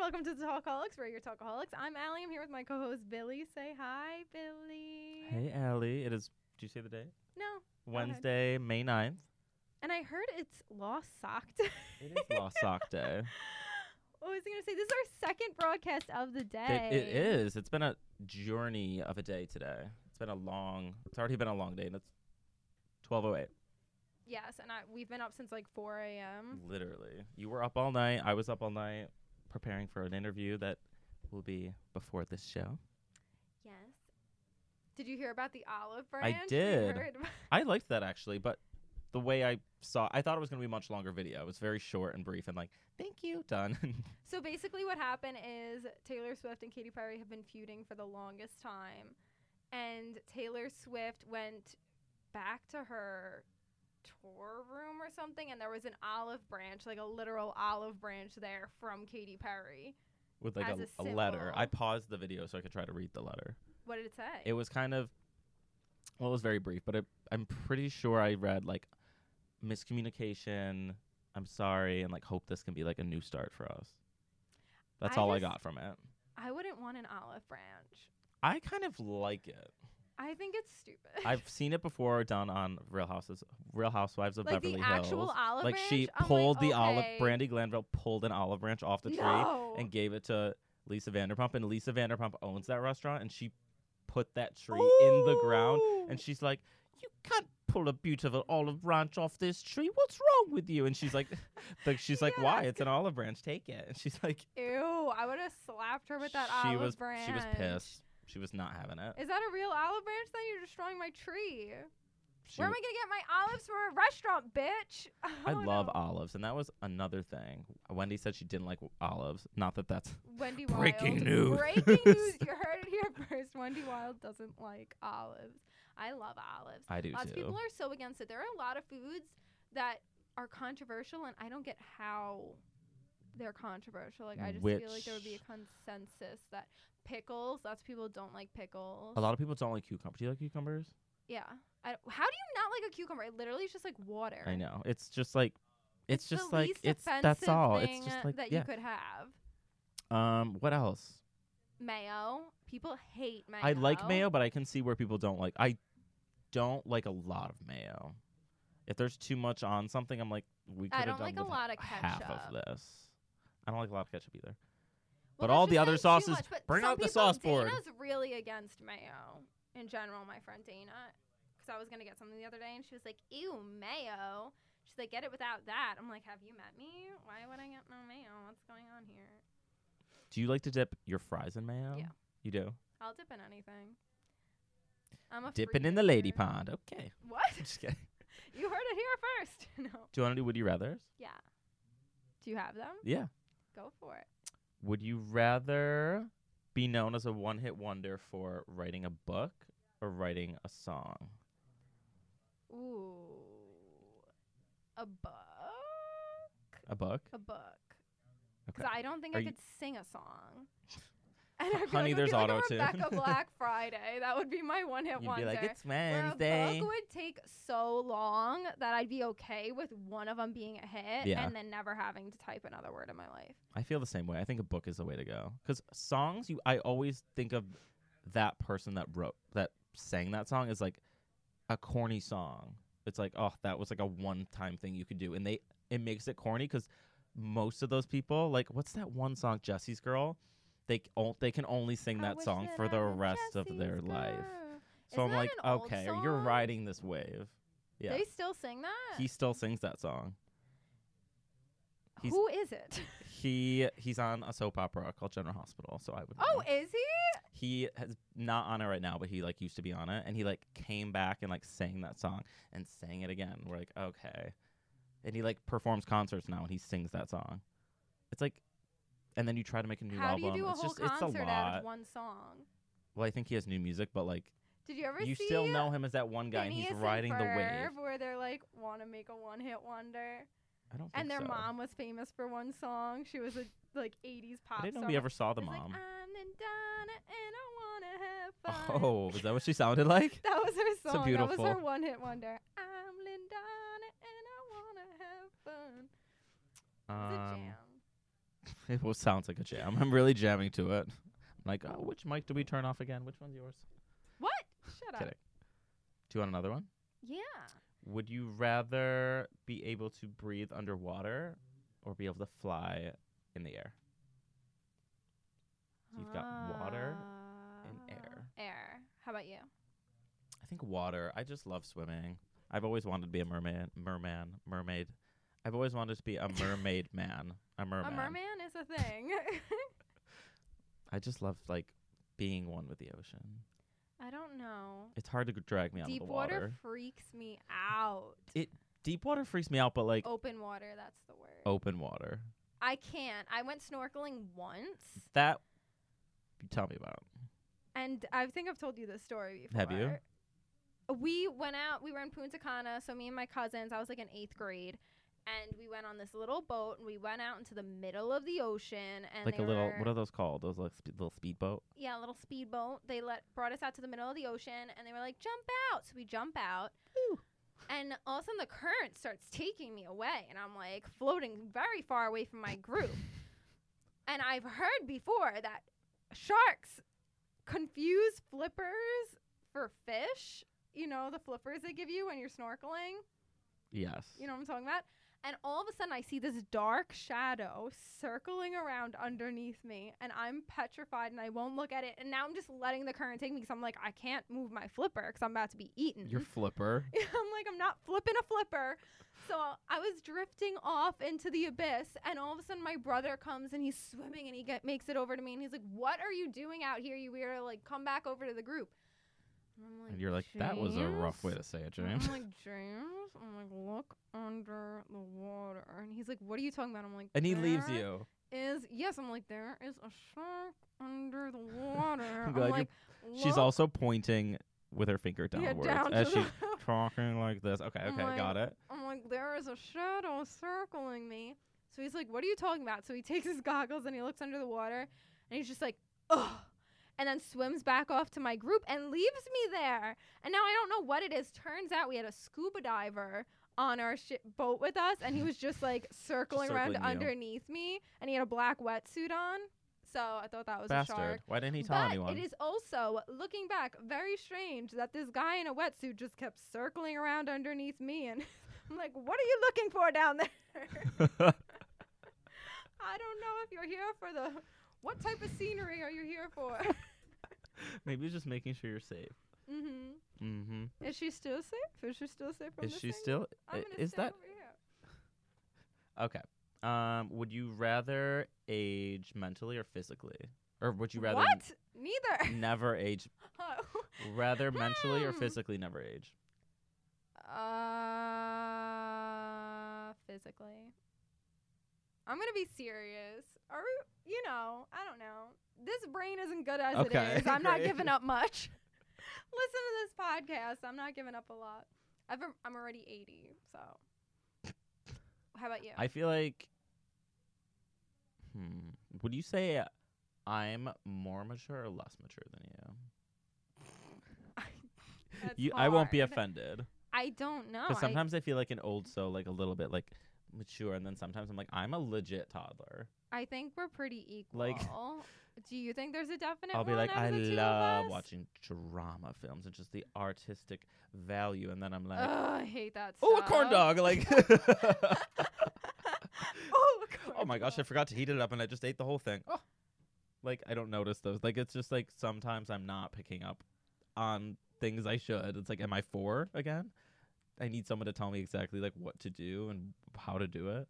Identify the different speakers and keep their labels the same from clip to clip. Speaker 1: welcome to Talkaholics. We're your Talkaholics. I'm Allie. I'm here with my co-host Billy. Say hi, Billy.
Speaker 2: Hey, Allie. It is, do you say the day?
Speaker 1: No. ahead.
Speaker 2: Wednesday, May 9th.
Speaker 1: And I heard it's Lost Sock Day.
Speaker 2: It is Lost Sock Day.
Speaker 1: what was I going to say? This is our second broadcast of the
Speaker 2: It-
Speaker 1: day.
Speaker 2: it is. It's been a journey of a day today. It's been a long, it's already been a long day. And it's 1208.
Speaker 1: Yes, and I, we've been up since like 4 a.m.
Speaker 2: Literally. You were up all night. I was up all night preparing for an interview that will be before this show.
Speaker 1: Yes. Did you hear about the olive branch?
Speaker 2: I
Speaker 1: You
Speaker 2: did.
Speaker 1: heard about-
Speaker 2: I liked that actually, but the way I saw, I thought it was going to be a much longer video. It was very short and brief and like, thank you, done.
Speaker 1: So basically, what happened is Taylor Swift and Katy Perry have been feuding for the longest time, and Taylor Swift went back to her tour room or something, and there was an olive branch, like a literal olive branch there from Katy Perry.
Speaker 2: with like
Speaker 1: As
Speaker 2: a,
Speaker 1: a
Speaker 2: a letter. I
Speaker 1: symbol.
Speaker 2: paused the video so I could try to read the letter.
Speaker 1: What did it say?
Speaker 2: It was kind of well, it was very brief, but it, I'm pretty sure I read like miscommunication. I'm sorry, and like hope this can be like a new start for us. That's
Speaker 1: I
Speaker 2: all I
Speaker 1: just-
Speaker 2: got from it.
Speaker 1: I wouldn't want an olive branch.
Speaker 2: I kind of like it.
Speaker 1: I think it's stupid.
Speaker 2: I've seen it before done on Real Houses, Real Housewives of
Speaker 1: like
Speaker 2: Beverly
Speaker 1: the actual
Speaker 2: Hills.
Speaker 1: olive
Speaker 2: like
Speaker 1: branch.
Speaker 2: she
Speaker 1: I'm
Speaker 2: pulled the olive.
Speaker 1: okay.
Speaker 2: Brandy Glanville pulled an olive branch off the tree.
Speaker 1: no.
Speaker 2: and gave it to Lisa Vanderpump, and Lisa Vanderpump owns that restaurant, and she put that tree in the ground, and she's like, "You can't pull a beautiful olive branch off this tree. What's wrong with you?" And she's like, like she's like, "Why?
Speaker 1: Yes.
Speaker 2: It's an olive branch. Take it." And she's like,
Speaker 1: Ew! I would have slapped her with that
Speaker 2: she
Speaker 1: olive
Speaker 2: was
Speaker 1: branch.
Speaker 2: she was pissed. She was not having it.
Speaker 1: Is that a real olive branch? Then you're destroying my tree.
Speaker 2: She
Speaker 1: Where am I
Speaker 2: w-
Speaker 1: gonna get my olives from a restaurant, bitch?
Speaker 2: I
Speaker 1: Oh,
Speaker 2: love
Speaker 1: no.
Speaker 2: olives, and that was another thing. Wendy said she didn't like olives. Not that that's
Speaker 1: Wendy Wild.
Speaker 2: Breaking news.
Speaker 1: Breaking news. You heard it here first. Wendy Wild doesn't like olives. I love olives.
Speaker 2: I do
Speaker 1: Lots
Speaker 2: too.
Speaker 1: of people are so against it. There are a lot of foods that are controversial, and I don't get how they're controversial. Like I just feel like there would be a
Speaker 2: Which-
Speaker 1: consensus that pickles. Lots of people don't like pickles.
Speaker 2: a lot of people don't like cucumbers. Do you like cucumbers?
Speaker 1: Yeah. I, how do you not like a cucumber? It literally is just like water.
Speaker 2: I know. It's just like it's,
Speaker 1: the
Speaker 2: just like
Speaker 1: least
Speaker 2: it's that's
Speaker 1: offensive
Speaker 2: all. It's
Speaker 1: thing
Speaker 2: just like
Speaker 1: that
Speaker 2: yeah.
Speaker 1: you could have
Speaker 2: Um, what else?
Speaker 1: mayo. People hate mayo.
Speaker 2: I like mayo, but I can see where people don't like. I don't like a lot of mayo. If there's too much on something, I'm like, we could
Speaker 1: I
Speaker 2: have
Speaker 1: don't
Speaker 2: done
Speaker 1: like a
Speaker 2: with
Speaker 1: lot of
Speaker 2: half
Speaker 1: ketchup.
Speaker 2: of this. I don't like a lot of ketchup either.
Speaker 1: Well,
Speaker 2: but all
Speaker 1: that's
Speaker 2: the
Speaker 1: just saying
Speaker 2: other
Speaker 1: too
Speaker 2: sauces-
Speaker 1: much, but
Speaker 2: bring
Speaker 1: some
Speaker 2: out the
Speaker 1: people-
Speaker 2: sauce board.
Speaker 1: Dana's really against mayo in general. My friend Dana, because I was gonna get something the other day, and she was like, "Ew, mayo." She's like, "Get it without that." I'm like, "Have you met me? Why would I get no mayo? What's going on here?"
Speaker 2: Do you like to dip your fries in mayo?
Speaker 1: Yeah.
Speaker 2: You do?
Speaker 1: I'll dip in anything. I'm a
Speaker 2: Dipping in the lady
Speaker 1: pond.
Speaker 2: pond. Okay.
Speaker 1: What?
Speaker 2: I'm just kidding.
Speaker 1: You heard it here first. no.
Speaker 2: Do you want to do would you rathers?
Speaker 1: Yeah. Do you have them?
Speaker 2: Yeah.
Speaker 1: Go for it.
Speaker 2: Would you rather be known as a one hit wonder for writing a book or writing a song?
Speaker 1: Ooh. A book?
Speaker 2: A book?
Speaker 1: A book.
Speaker 2: Okay.
Speaker 1: Because I don't think
Speaker 2: Are
Speaker 1: I
Speaker 2: you-
Speaker 1: could sing a song. And I feel
Speaker 2: Honey,
Speaker 1: like
Speaker 2: there's
Speaker 1: it would be
Speaker 2: auto-tune.
Speaker 1: Like a Rebecca Black Friday. That would be my one hit
Speaker 2: You'd
Speaker 1: wonder.
Speaker 2: be like, it's
Speaker 1: Where a
Speaker 2: Wednesday.
Speaker 1: book would take so long that I'd be okay with one of them being a hit
Speaker 2: Yeah.
Speaker 1: and then never having to type another word in my life.
Speaker 2: I feel the same way. I think a book is the way to go because songs. You, I always think of that person that wrote that sang that song as like a corny song. It's like, oh, that was like a one-time thing you could do, and they it makes it corny because most of those people, like, what's that one song, Jesse's Girl? They c- o- they can only sing
Speaker 1: I
Speaker 2: that
Speaker 1: wish
Speaker 2: song
Speaker 1: that
Speaker 2: for
Speaker 1: I
Speaker 2: the
Speaker 1: was
Speaker 2: rest of
Speaker 1: Jesse's
Speaker 2: their life.
Speaker 1: girl.
Speaker 2: So
Speaker 1: Isn't
Speaker 2: I'm
Speaker 1: that
Speaker 2: like,
Speaker 1: an old
Speaker 2: okay, you're
Speaker 1: song?
Speaker 2: riding this wave. Yeah,
Speaker 1: They still sing that?
Speaker 2: he still sings that song. he's-
Speaker 1: Who is it?
Speaker 2: He he's on a soap opera called General Hospital, so I would. know.
Speaker 1: Oh, is he?
Speaker 2: he has not on it right now, but he like used to be on it, and he like came back and like sang that song and sang it again. We're like, okay, and he like performs concerts now and he sings that song. It's like, and then you try to make a new
Speaker 1: How do
Speaker 2: album.
Speaker 1: you do a
Speaker 2: it's
Speaker 1: whole
Speaker 2: just it's a
Speaker 1: concert out
Speaker 2: lot.
Speaker 1: of one song?
Speaker 2: Well, I think he has new music, but like
Speaker 1: Did you ever
Speaker 2: you
Speaker 1: see
Speaker 2: still know him as that one guy, and he's
Speaker 1: Phineas and
Speaker 2: riding the wave.
Speaker 1: Ferb Where they're like, want to make a one hit wonder.
Speaker 2: I don't think
Speaker 1: And their
Speaker 2: so.
Speaker 1: mom was famous for one song. She was a like 80s pop
Speaker 2: I didn't know
Speaker 1: star.
Speaker 2: we ever saw the
Speaker 1: It's like,
Speaker 2: mom.
Speaker 1: I'm the Donna and I want to have ah, fun.
Speaker 2: oh, is that what she sounded like?
Speaker 1: That was her
Speaker 2: So
Speaker 1: song. That
Speaker 2: beautiful.
Speaker 1: was her one hit wonder. I'm Lindana and I want to have fun. It was a
Speaker 2: Um,
Speaker 1: jam.
Speaker 2: It was, sounds like a jam. I'm really jamming to it. I'm like, oh, which mic do we turn off again? Which one's yours?
Speaker 1: What? Shut up.
Speaker 2: Kidding. Do you want another one?
Speaker 1: Yeah.
Speaker 2: Would you rather be able to breathe underwater or be able to fly in the air? You've got water and
Speaker 1: Ah,
Speaker 2: air.
Speaker 1: Air. How about you?
Speaker 2: I think water. I just love swimming. I've always wanted to be a merman, merman, mermaid. I've always wanted to be a mermaid man, a merman.
Speaker 1: A merman is a thing.
Speaker 2: I just love like being one with the ocean.
Speaker 1: I don't know.
Speaker 2: It's hard to g- drag me out
Speaker 1: Deep
Speaker 2: of the
Speaker 1: water.
Speaker 2: water.
Speaker 1: freaks me out.
Speaker 2: It- Deep water freaks me out, but like
Speaker 1: Open water, that's the word.
Speaker 2: open water.
Speaker 1: I can't. I went snorkeling once,
Speaker 2: That you tell me about.
Speaker 1: and I think I've told you this story before.
Speaker 2: Have you?
Speaker 1: We went out. We were in Punta Cana, so me and my cousins. I was like in eighth grade, and we went on this little boat, and we went out into the middle of the ocean, and
Speaker 2: like a
Speaker 1: they
Speaker 2: little
Speaker 1: were-
Speaker 2: what are those called? Those like spe- little speedboat.
Speaker 1: yeah, a little speedboat. They let brought us out to the middle of the ocean, and they were like, "Jump out!" So we jump out,
Speaker 2: Ooh.
Speaker 1: and all of a sudden the current starts taking me away, and I'm like floating very far away from my group. and I've heard before that sharks confuse flippers for fish. You know the flippers they give you when you're snorkeling.
Speaker 2: Yes.
Speaker 1: You know what I'm talking about? And all of a sudden, I see this dark shadow circling around underneath me, and I'm petrified and I won't look at it. And now I'm just letting the current take me because I'm like, I can't move my flipper because I'm about to be eaten.
Speaker 2: your flipper.
Speaker 1: I'm like, I'm not flipping a flipper. So I was drifting off into the abyss, and all of a sudden, my brother comes and he's swimming and he get, makes it over to me, and he's like, What are you doing out here? You weirdo, like, come back over to the group. And I'm
Speaker 2: And you're like, that was a rough
Speaker 1: "James?"
Speaker 2: way to say it,
Speaker 1: And
Speaker 2: James.
Speaker 1: I'm like, James? I'm like, look under the water. And he's like, what are you talking about? I'm like,
Speaker 2: and he leaves
Speaker 1: "There
Speaker 2: you.
Speaker 1: Is, yes, I'm like, there is a shark under the water. I'm,
Speaker 2: glad you-
Speaker 1: like,
Speaker 2: She's
Speaker 1: "Look
Speaker 2: also pointing with her finger
Speaker 1: yeah,
Speaker 2: downwards
Speaker 1: down
Speaker 2: as
Speaker 1: to the-
Speaker 2: she's talking like this. Okay,
Speaker 1: I'm
Speaker 2: okay,
Speaker 1: like-
Speaker 2: got it.
Speaker 1: I'm like, there is a shadow circling me. So he's like, what are you talking about? So he takes his goggles and he looks under the water and he's just like, ugh. And then swims back off to my group and leaves me there. And now I don't know what it is. Turns out we had a scuba diver on our shi boat with us and he was just like circling around
Speaker 2: circling you.
Speaker 1: underneath me and he had a black wetsuit on. So I thought that was a shark.
Speaker 2: Bastard. Why didn't he tell
Speaker 1: but
Speaker 2: anyone?
Speaker 1: it is also looking back very strange that this guy in a wetsuit just kept circling around underneath me, and I'm like, "What are you looking for down there? I don't know if you're here for the what type of scenery are you here for?"
Speaker 2: Maybe he's just making sure you're safe.
Speaker 1: hmm
Speaker 2: Mm-hmm.
Speaker 1: Is she still safe? Is she still safe from
Speaker 2: Is
Speaker 1: this
Speaker 2: she
Speaker 1: thing?
Speaker 2: still?
Speaker 1: I'm
Speaker 2: i-
Speaker 1: gonna
Speaker 2: Is
Speaker 1: stay
Speaker 2: that
Speaker 1: over here.
Speaker 2: okay? Um, would you rather age mentally or physically, or would you rather
Speaker 1: what?
Speaker 2: n-
Speaker 1: Neither.
Speaker 2: never age?
Speaker 1: Oh.
Speaker 2: Rather mentally or
Speaker 1: Hmm.
Speaker 2: physically never age?
Speaker 1: Uh, physically. I'm gonna be serious, or you know, I don't know. This brain isn't good as
Speaker 2: Okay,
Speaker 1: it is. I'm not
Speaker 2: great.
Speaker 1: giving up much. Listen to this podcast. I'm not giving up a lot. I've, am- I'm already 80, so. How about you?
Speaker 2: I feel like. Hmm. Would you say I'm more mature or less mature than you?
Speaker 1: That's
Speaker 2: you I won't be
Speaker 1: hard.
Speaker 2: offended.
Speaker 1: I don't know.
Speaker 2: Because
Speaker 1: I-
Speaker 2: sometimes I, feel like an old so like a little bit like mature, and then sometimes I'm like I'm a legit toddler.
Speaker 1: I, think we're pretty equal.
Speaker 2: Like-
Speaker 1: do you think there's a definite?
Speaker 2: I'll be
Speaker 1: one
Speaker 2: like
Speaker 1: out
Speaker 2: I
Speaker 1: of the two of
Speaker 2: love
Speaker 1: us?
Speaker 2: watching drama films and just the artistic value, and then I'm like,
Speaker 1: Ugh, I hate that.
Speaker 2: oh, a corn
Speaker 1: stuff.
Speaker 2: dog! Like,
Speaker 1: oh,
Speaker 2: oh my gosh, I
Speaker 1: Cornwall.
Speaker 2: forgot to heat it up, and I just ate the whole thing. Oh. Like I don't notice those. Like it's just like sometimes I'm not picking up on things I should. It's like, am I four again? I need someone to tell me exactly like what to do and how to do it.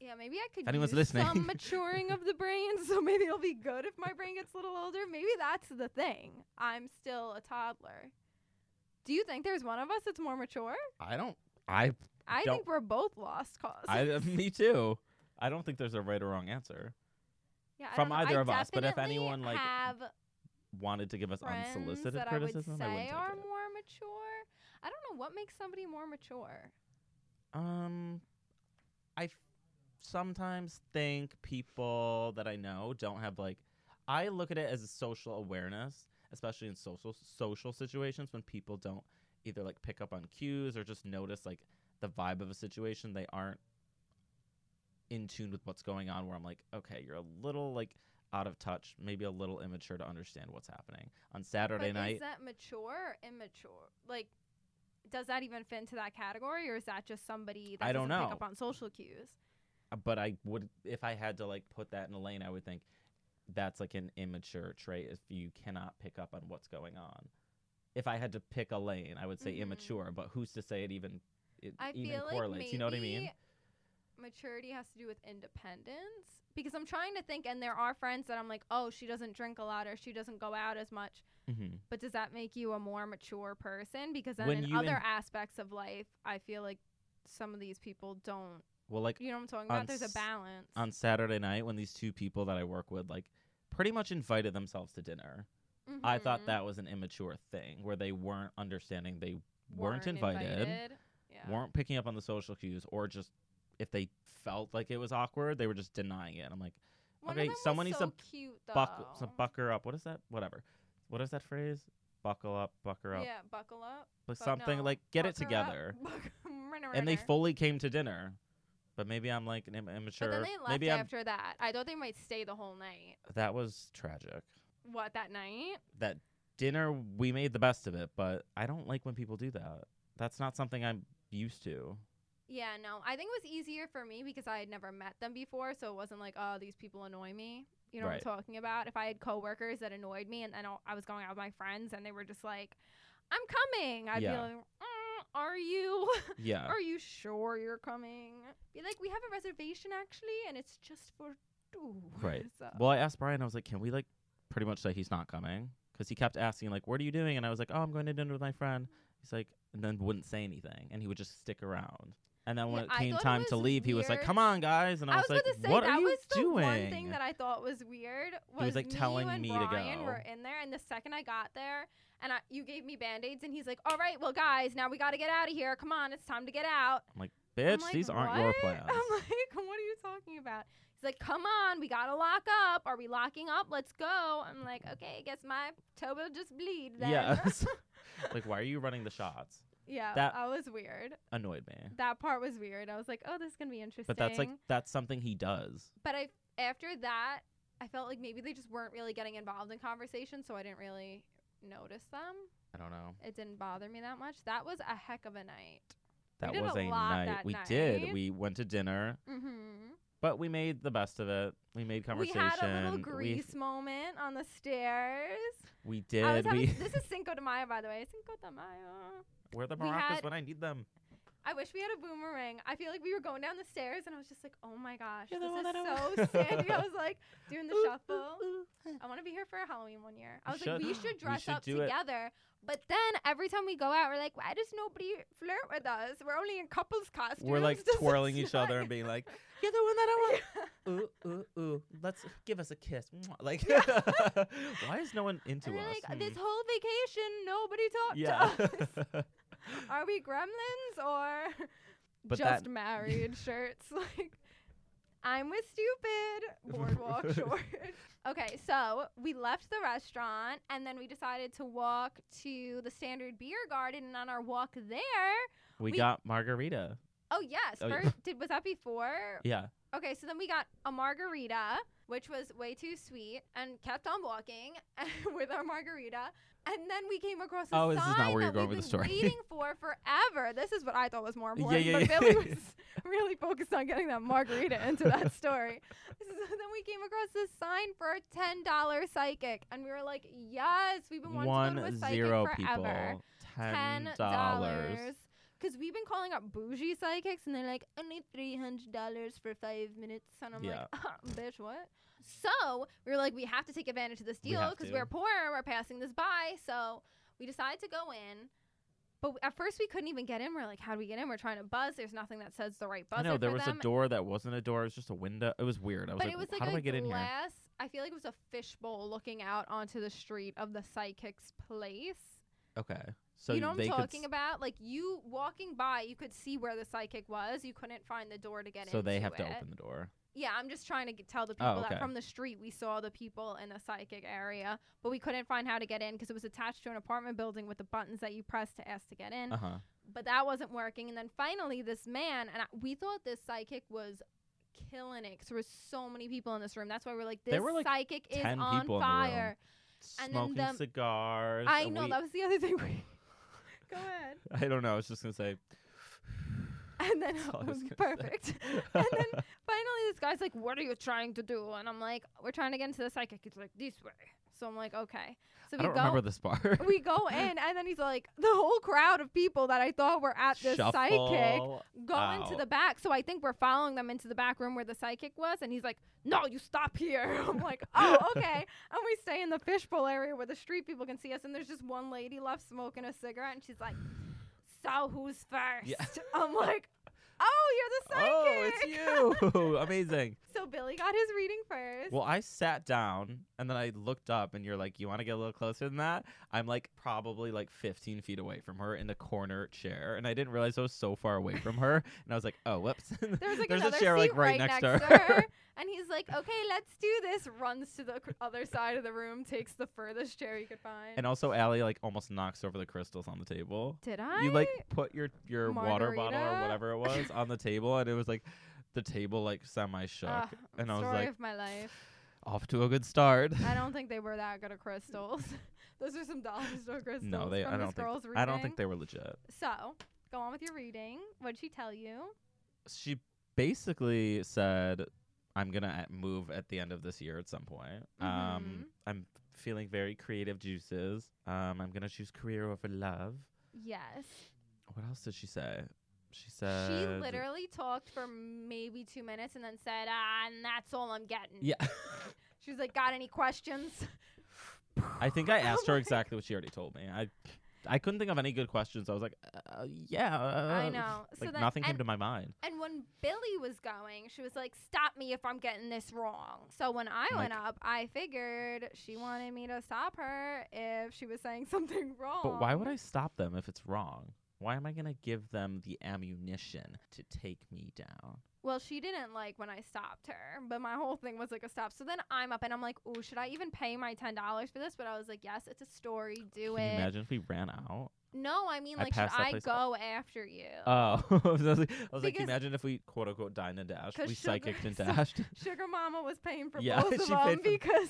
Speaker 1: yeah, maybe I could.
Speaker 2: anyone's
Speaker 1: use
Speaker 2: listening.
Speaker 1: some maturing of the brain, so maybe it'll be good if my brain gets a little older. Maybe that's the thing. I'm still a toddler. Do you think there's one of us that's more mature?
Speaker 2: I don't. I
Speaker 1: I
Speaker 2: Don't-
Speaker 1: think we're both lost cause.
Speaker 2: I, uh, me too. I don't think there's a right or wrong answer.
Speaker 1: yeah, I
Speaker 2: from
Speaker 1: don't know. I
Speaker 2: either of us, but if
Speaker 1: definitely
Speaker 2: anyone, like,
Speaker 1: have
Speaker 2: Wanted to give us
Speaker 1: friends
Speaker 2: unsolicited
Speaker 1: that
Speaker 2: criticism.
Speaker 1: I
Speaker 2: I
Speaker 1: would say
Speaker 2: wouldn't take
Speaker 1: are
Speaker 2: it.
Speaker 1: more mature. I don't know what makes somebody more mature.
Speaker 2: Um, I f- sometimes think people that I know don't have like. I look at it as a social awareness, especially in social social situations when people don't either like pick up on cues or just notice like the vibe of a situation. They aren't in tune with what's going on where I'm like, okay, you're a little like out of touch, maybe a little immature to understand what's happening. On Saturday
Speaker 1: but
Speaker 2: night,
Speaker 1: Is that mature or immature? Like, does that even fit into that category, or is that just somebody that
Speaker 2: I don't
Speaker 1: doesn't pick
Speaker 2: know.
Speaker 1: up on social cues?
Speaker 2: uh, but I would if I had to like put that in a lane, I would think that's like an immature trait if you cannot pick up on what's going on. If I had to pick a lane, I would say
Speaker 1: Mhm.
Speaker 2: immature, but who's to say it even it
Speaker 1: I
Speaker 2: even
Speaker 1: feel like
Speaker 2: correlates?
Speaker 1: maybe
Speaker 2: you know what I mean?
Speaker 1: maturity has to do with independence because I'm trying to think, and there are friends that I'm like, oh, she doesn't drink a lot or she doesn't go out as much.
Speaker 2: Mm-hmm.
Speaker 1: But does that make you a more mature person? Because then
Speaker 2: When
Speaker 1: in
Speaker 2: you
Speaker 1: other
Speaker 2: in-
Speaker 1: aspects of life, I feel like some of these people don't.
Speaker 2: Well, like
Speaker 1: You know what I'm talking
Speaker 2: On
Speaker 1: about? There's a
Speaker 2: s-
Speaker 1: balance.
Speaker 2: on Saturday night when these two people that I work with like pretty much invited themselves to dinner. I thought
Speaker 1: Mhm.
Speaker 2: that was an immature thing where they weren't understanding they
Speaker 1: Weren't
Speaker 2: weren't, invited,
Speaker 1: Yeah.
Speaker 2: weren't picking up on the social cues, or just if they felt like it was awkward, they were just denying it. I'm like,
Speaker 1: One of
Speaker 2: okay,
Speaker 1: them was
Speaker 2: someone needs
Speaker 1: so
Speaker 2: to
Speaker 1: cute,
Speaker 2: buckle, so
Speaker 1: though.
Speaker 2: bucker up. What is that? Whatever. What is that phrase? Buckle up, bucker up.
Speaker 1: Yeah, buckle up.
Speaker 2: but
Speaker 1: but
Speaker 2: something
Speaker 1: no,
Speaker 2: like get it
Speaker 1: bucker up,
Speaker 2: together.
Speaker 1: buck- runner,
Speaker 2: And they
Speaker 1: runner.
Speaker 2: fully came to dinner. But maybe I'm like an im- immature.
Speaker 1: But then they left
Speaker 2: maybe I'm,
Speaker 1: after that. I thought they might stay the whole night.
Speaker 2: that was tragic.
Speaker 1: What that night?
Speaker 2: that dinner we made the best of it, but I don't like when people do that. That's not something I'm used to.
Speaker 1: Yeah, no. I think it was easier for me because I had never met them before, so it wasn't like, oh, these people annoy me. You know
Speaker 2: Right.
Speaker 1: what I'm talking about? If I had coworkers that annoyed me, and then I was going out with my friends, and they were just like, "I'm coming," I'd
Speaker 2: Yeah.
Speaker 1: be like, mm, "Are you?
Speaker 2: Yeah.
Speaker 1: Are you sure you're coming?" Be like, "We have a reservation actually, and it's just for two."
Speaker 2: Right.
Speaker 1: So-
Speaker 2: Well, I asked Brian, I was like, can we like pretty much say he's not coming? Because he kept asking, like, what are you doing? And I was like, oh, I'm going to dinner with my friend. He's like, and then wouldn't say anything. And he would just stick around. And then when
Speaker 1: Yeah, I
Speaker 2: it came
Speaker 1: thought it
Speaker 2: time to
Speaker 1: was
Speaker 2: leave, he was like,
Speaker 1: weird.
Speaker 2: come on, guys. And I,
Speaker 1: I
Speaker 2: was,
Speaker 1: was
Speaker 2: like,
Speaker 1: going to say
Speaker 2: what
Speaker 1: that
Speaker 2: are you
Speaker 1: was the
Speaker 2: doing?
Speaker 1: one thing that I thought was weird was,
Speaker 2: was, like,
Speaker 1: me,
Speaker 2: telling
Speaker 1: you and
Speaker 2: me to
Speaker 1: Brian
Speaker 2: go.
Speaker 1: were in there, and the second I got there, and I, you gave me band aids, and he's like, "All right, well, guys, now we got to get out of here. Come on, it's time to get out." I'm
Speaker 2: Bitch,
Speaker 1: like,
Speaker 2: these aren't your
Speaker 1: "What?"
Speaker 2: plans.
Speaker 1: I'm like, "What are you talking about?" He's like, "Come on, we got to lock up. Are we locking up? Let's go." I'm like, "Okay, I guess my toe will just bleed." Then.
Speaker 2: yes. like, why are you running the shots?
Speaker 1: yeah,
Speaker 2: That-
Speaker 1: that was weird.
Speaker 2: Annoyed me.
Speaker 1: That part was weird. I was like, "Oh, this is gonna be interesting."
Speaker 2: But that's like, that's something he does.
Speaker 1: but I after that I felt like maybe they just weren't really getting involved in conversation, so I didn't really notice them.
Speaker 2: I don't know.
Speaker 1: It didn't bother me that much. That was a heck of a night.
Speaker 2: That
Speaker 1: did
Speaker 2: was
Speaker 1: a
Speaker 2: a,
Speaker 1: lot
Speaker 2: night.
Speaker 1: that
Speaker 2: we did.
Speaker 1: night.
Speaker 2: We went to dinner,
Speaker 1: Mm-hmm.
Speaker 2: but we made the best of it. We made
Speaker 1: We
Speaker 2: conversation.
Speaker 1: had a little
Speaker 2: We-
Speaker 1: grease moment on the stairs.
Speaker 2: We,
Speaker 1: I was
Speaker 2: did.
Speaker 1: having,
Speaker 2: We
Speaker 1: this is Cinco de Mayo, by the way. Cinco de Mayo.
Speaker 2: where the
Speaker 1: we
Speaker 2: maracas
Speaker 1: had-
Speaker 2: when I need them.
Speaker 1: I wish we had a boomerang. I feel like we were going down the stairs, and I was just like, "Oh my gosh,
Speaker 2: You're the one
Speaker 1: this
Speaker 2: that I
Speaker 1: is
Speaker 2: want."
Speaker 1: so sick!" I was like doing the
Speaker 2: Ooh, ooh,
Speaker 1: shuffle.
Speaker 2: ooh.
Speaker 1: I want to be here for Halloween one year.
Speaker 2: You
Speaker 1: I was like,
Speaker 2: should.
Speaker 1: we
Speaker 2: We
Speaker 1: should dress
Speaker 2: should
Speaker 1: up
Speaker 2: do it.
Speaker 1: together. But then every time we go out, we're like, why does nobody flirt with us? We're only in couples costumes.
Speaker 2: We're like
Speaker 1: This is
Speaker 2: twirling each
Speaker 1: not-
Speaker 2: other and being like, "You're the one that I want." ooh ooh ooh. Let's give us a kiss. Mwah. Like, why is no one into
Speaker 1: And they're
Speaker 2: us?
Speaker 1: like,
Speaker 2: Hmm.
Speaker 1: this whole vacation, nobody talked
Speaker 2: yeah.
Speaker 1: to us. Are we gremlins or
Speaker 2: But
Speaker 1: just
Speaker 2: that-
Speaker 1: married shirts? Like, I'm with stupid boardwalk shorts. Okay, so we left the restaurant and then we decided to walk to the Standard Beer Garden. And on our walk there,
Speaker 2: we,
Speaker 1: we-
Speaker 2: got margarita.
Speaker 1: oh yes,
Speaker 2: Oh, yeah.
Speaker 1: first did was that before?
Speaker 2: Yeah.
Speaker 1: Okay, so then we got a margarita, which was way too sweet, and kept on walking with our margarita. And then we came across a
Speaker 2: Oh,
Speaker 1: sign
Speaker 2: this is not where you're
Speaker 1: that
Speaker 2: going
Speaker 1: we've
Speaker 2: with the
Speaker 1: been
Speaker 2: story.
Speaker 1: waiting for forever. This is what I thought was more
Speaker 2: Yeah,
Speaker 1: important,
Speaker 2: yeah, yeah.
Speaker 1: but Billy was really focused on getting that margarita into that story. So then we came across this sign for a ten dollar psychic, and we were like, "Yes, we've been wanting to go to a
Speaker 2: One
Speaker 1: psychic
Speaker 2: zero
Speaker 1: forever."
Speaker 2: people.
Speaker 1: ten
Speaker 2: Ten
Speaker 1: dollars.
Speaker 2: dollars.
Speaker 1: Because we've been calling up bougie psychics, and they're like, only three hundred dollars for five minutes, and I'm
Speaker 2: Yeah.
Speaker 1: like, "Ah, bitch, what? So we were like, we have to take advantage of this
Speaker 2: We
Speaker 1: deal
Speaker 2: have
Speaker 1: because
Speaker 2: to.
Speaker 1: we are poor and we're passing this by. So we decide to go in. But w- at first we couldn't even get in. We're like, how do we get in? We're trying to buzz. There's nothing that says the right
Speaker 2: I
Speaker 1: buzzer
Speaker 2: know there
Speaker 1: for
Speaker 2: was
Speaker 1: them.
Speaker 2: a door that wasn't a door. It was just a window. It was weird. I was
Speaker 1: but
Speaker 2: like,
Speaker 1: it was like
Speaker 2: how do
Speaker 1: a
Speaker 2: I get in here?
Speaker 1: glass. I feel like it was a fishbowl looking out onto the street of the psychic's place.
Speaker 2: Okay. So
Speaker 1: you know what
Speaker 2: they
Speaker 1: I'm
Speaker 2: could
Speaker 1: talking
Speaker 2: s-
Speaker 1: about? Like you walking by, you could see where the psychic was. You couldn't find the door to get in.
Speaker 2: So
Speaker 1: into
Speaker 2: they have
Speaker 1: it.
Speaker 2: to open the door.
Speaker 1: Yeah, I'm just trying to g tell the people
Speaker 2: Oh,
Speaker 1: that
Speaker 2: okay.
Speaker 1: from the street we saw the people in the psychic area, but we couldn't find how to get in because it was attached to an apartment building with the buttons that you press to ask to get in.
Speaker 2: Uh huh.
Speaker 1: But that wasn't working. And then finally, this man and I, we thought this psychic was killing it because there was so many people in this room. That's why we're like, this
Speaker 2: There were, like,
Speaker 1: psychic is
Speaker 2: 10
Speaker 1: on
Speaker 2: people in the room.
Speaker 1: fire. And then
Speaker 2: Smoking
Speaker 1: them-
Speaker 2: cigars.
Speaker 1: I
Speaker 2: and
Speaker 1: know
Speaker 2: we-
Speaker 1: that was the other thing. We Go ahead.
Speaker 2: I don't know. I was just gonna say.
Speaker 1: And then
Speaker 2: That's all I was gonna say.
Speaker 1: perfect. and then finally, this guy's like, "What are you trying to do?" And I'm like, "We're trying to get into the psychic." He's like, "This way." So I'm like, "Okay." So
Speaker 2: I
Speaker 1: we
Speaker 2: don't
Speaker 1: go.
Speaker 2: remember this bar.
Speaker 1: we go in, and then he's like, the whole crowd of people that I thought were at this psychic
Speaker 2: Shuffle Oh,
Speaker 1: go into
Speaker 2: out.
Speaker 1: the back. So I think we're following them into the back room where the psychic was, and he's like, "No, you stop here." I'm like, "Oh, okay." and we stay in the fishbowl area where the street people can see us, and there's just one lady left smoking a cigarette, and she's like, "So who's first?
Speaker 2: Yeah.
Speaker 1: I'm like, "Oh, you're the psychic."
Speaker 2: Oh, it's you! Amazing.
Speaker 1: so Billy got his reading first.
Speaker 2: Well, I sat down and then I looked up, and you're like, "You want to get a little closer than that?" I'm like probably like 15 feet away from her in the corner chair, and I didn't realize I was so far away from her. And I was like, "Oh, whoops!"
Speaker 1: There was like
Speaker 2: There's
Speaker 1: another
Speaker 2: a chair
Speaker 1: seat
Speaker 2: like right, next, to her.
Speaker 1: and he's like, "Okay, let's do this." Runs to the c- other side of the room, takes the furthest chair he could find.
Speaker 2: and also, Allie like almost knocks over the crystals on the table.
Speaker 1: Did I?
Speaker 2: you like put your your water bottle
Speaker 1: Margarita?
Speaker 2: or whatever it was on the table, and it was like the table like semi shook,
Speaker 1: Ah,
Speaker 2: and I was
Speaker 1: story
Speaker 2: like,
Speaker 1: of my life.
Speaker 2: off to a good start.
Speaker 1: I don't think they were that good at crystals. Those are some dollar store crystals.
Speaker 2: no, they.
Speaker 1: From
Speaker 2: I
Speaker 1: this
Speaker 2: don't think.
Speaker 1: girl's reading.
Speaker 2: I don't think they were legit.
Speaker 1: So go on with your reading. What'd she tell you?
Speaker 2: she basically said, "I'm gonna at- move at the end of this year at some point.
Speaker 1: Mm-hmm.
Speaker 2: Um, I'm feeling very creative juices. Um, I'm gonna choose career over love.
Speaker 1: Yes.
Speaker 2: What else did she say? She said,
Speaker 1: She literally talked for maybe two minutes and then said, "Ah, and that's all I'm getting."
Speaker 2: yeah."
Speaker 1: She was like, "Got any questions?"
Speaker 2: I think I asked
Speaker 1: Oh
Speaker 2: her
Speaker 1: my
Speaker 2: exactly what she already told me. I, I couldn't think of any good questions. I was like, uh, "Yeah." Uh,
Speaker 1: I know. So
Speaker 2: Like
Speaker 1: then-
Speaker 2: nothing came
Speaker 1: and-
Speaker 2: to my mind.
Speaker 1: And when Billy was going, she was like, "Stop me if I'm getting this wrong." So when I
Speaker 2: I'm
Speaker 1: went up, I figured she wanted me to stop her if she was saying something wrong.
Speaker 2: But why would I stop them if it's wrong? Why am I gonna give them the ammunition to take me down?
Speaker 1: Well, she didn't like when I stopped her, but my whole thing was like a stop. So then I'm up and I'm like, "Ooh, should I even pay my ten dollars for this?" But I was like, "Yes, it's a story. Do
Speaker 2: Can you
Speaker 1: it."
Speaker 2: imagine if we ran out?
Speaker 1: No, I mean
Speaker 2: I
Speaker 1: like, should
Speaker 2: passed that
Speaker 1: I
Speaker 2: place
Speaker 1: go after you?
Speaker 2: Oh, I was like, I was like,
Speaker 1: Because-
Speaker 2: imagine if we quote unquote dined and dashed.
Speaker 1: 'Cause
Speaker 2: We
Speaker 1: sugar-
Speaker 2: psychicked and
Speaker 1: so-
Speaker 2: dashed.
Speaker 1: Sugar Mama was paying for
Speaker 2: Yeah,
Speaker 1: both of
Speaker 2: she paid
Speaker 1: them
Speaker 2: for-
Speaker 1: because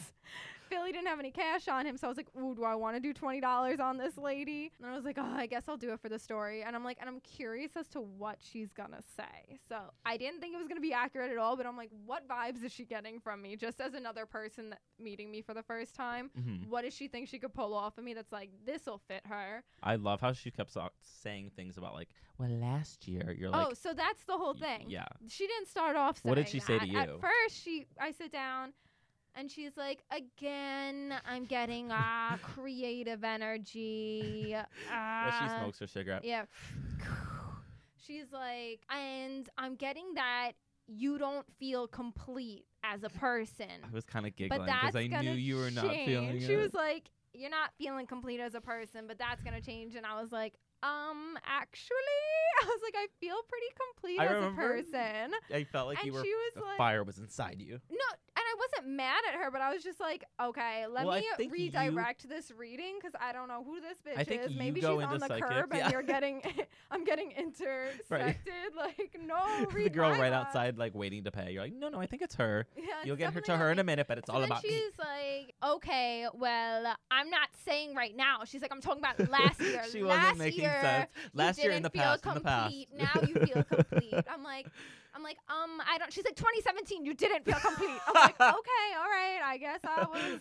Speaker 1: Billy didn't have any cash on him. So I was like, ooh, do I want to do twenty dollars on this lady? And I was like, oh, I guess I'll do it for the story. And I'm like, and I'm curious as to what she's gonna say. So I didn't think it was gonna be accurate at all, but I'm like, what vibes is she getting from me? Just as another person that meeting me for the first time.
Speaker 2: hmm
Speaker 1: What does she think she could pull off of me that's like this'll fit her?
Speaker 2: I love how she kept so- saying things about like, well, last year you're
Speaker 1: oh,
Speaker 2: like,
Speaker 1: so that's the whole
Speaker 2: y-
Speaker 1: thing.
Speaker 2: Yeah,
Speaker 1: she didn't start off saying
Speaker 2: What did she say to
Speaker 1: that. At
Speaker 2: you?
Speaker 1: first, she I sit down and she's like, "Again, I'm getting uh creative energy." Uh,
Speaker 2: Well, she smokes her cigarette.
Speaker 1: Yeah. She's like, "And I'm getting that you don't feel complete as a person."
Speaker 2: I was kind of giggling
Speaker 1: But
Speaker 2: because
Speaker 1: that's
Speaker 2: I
Speaker 1: gonna
Speaker 2: knew you were
Speaker 1: change.
Speaker 2: not feeling
Speaker 1: She
Speaker 2: it.
Speaker 1: was like, "You're not feeling complete as a person, but that's gonna change." And I was like, "Um, actually, I was like, I feel pretty complete
Speaker 2: I
Speaker 1: as
Speaker 2: remember-
Speaker 1: a person."
Speaker 2: I felt like
Speaker 1: and
Speaker 2: you were.
Speaker 1: she was
Speaker 2: The
Speaker 1: like,
Speaker 2: fire was inside you.
Speaker 1: no, and I wasn't mad at her, but I was just like, okay, let
Speaker 2: Well, I
Speaker 1: me
Speaker 2: think you-
Speaker 1: redirect this reading because I don't know who this bitch
Speaker 2: I think
Speaker 1: is.
Speaker 2: you
Speaker 1: Maybe she's
Speaker 2: go
Speaker 1: on
Speaker 2: into
Speaker 1: the
Speaker 2: psychic,
Speaker 1: curb
Speaker 2: yeah.
Speaker 1: and you're getting, I'm getting intersected. Like, no, read
Speaker 2: the girl
Speaker 1: my
Speaker 2: right
Speaker 1: life.
Speaker 2: outside, like waiting to pay. You're like, no, no, I think it's her.
Speaker 1: Yeah, and
Speaker 2: You'll get her
Speaker 1: something
Speaker 2: to her in a
Speaker 1: happened.
Speaker 2: minute, but it's
Speaker 1: So
Speaker 2: all
Speaker 1: then
Speaker 2: about
Speaker 1: she's
Speaker 2: me.
Speaker 1: like, okay, well, I'm not saying right now. She's like, I'm talking about last year.
Speaker 2: she
Speaker 1: last
Speaker 2: wasn't making
Speaker 1: year,
Speaker 2: sense.
Speaker 1: you
Speaker 2: Last year in
Speaker 1: didn't
Speaker 2: the
Speaker 1: feel
Speaker 2: past, in the past.
Speaker 1: complete. Now you feel complete. I'm like, I'm like, um, I don't. She's like, 2017, you didn't feel complete. I'm like, okay, all right, I guess I was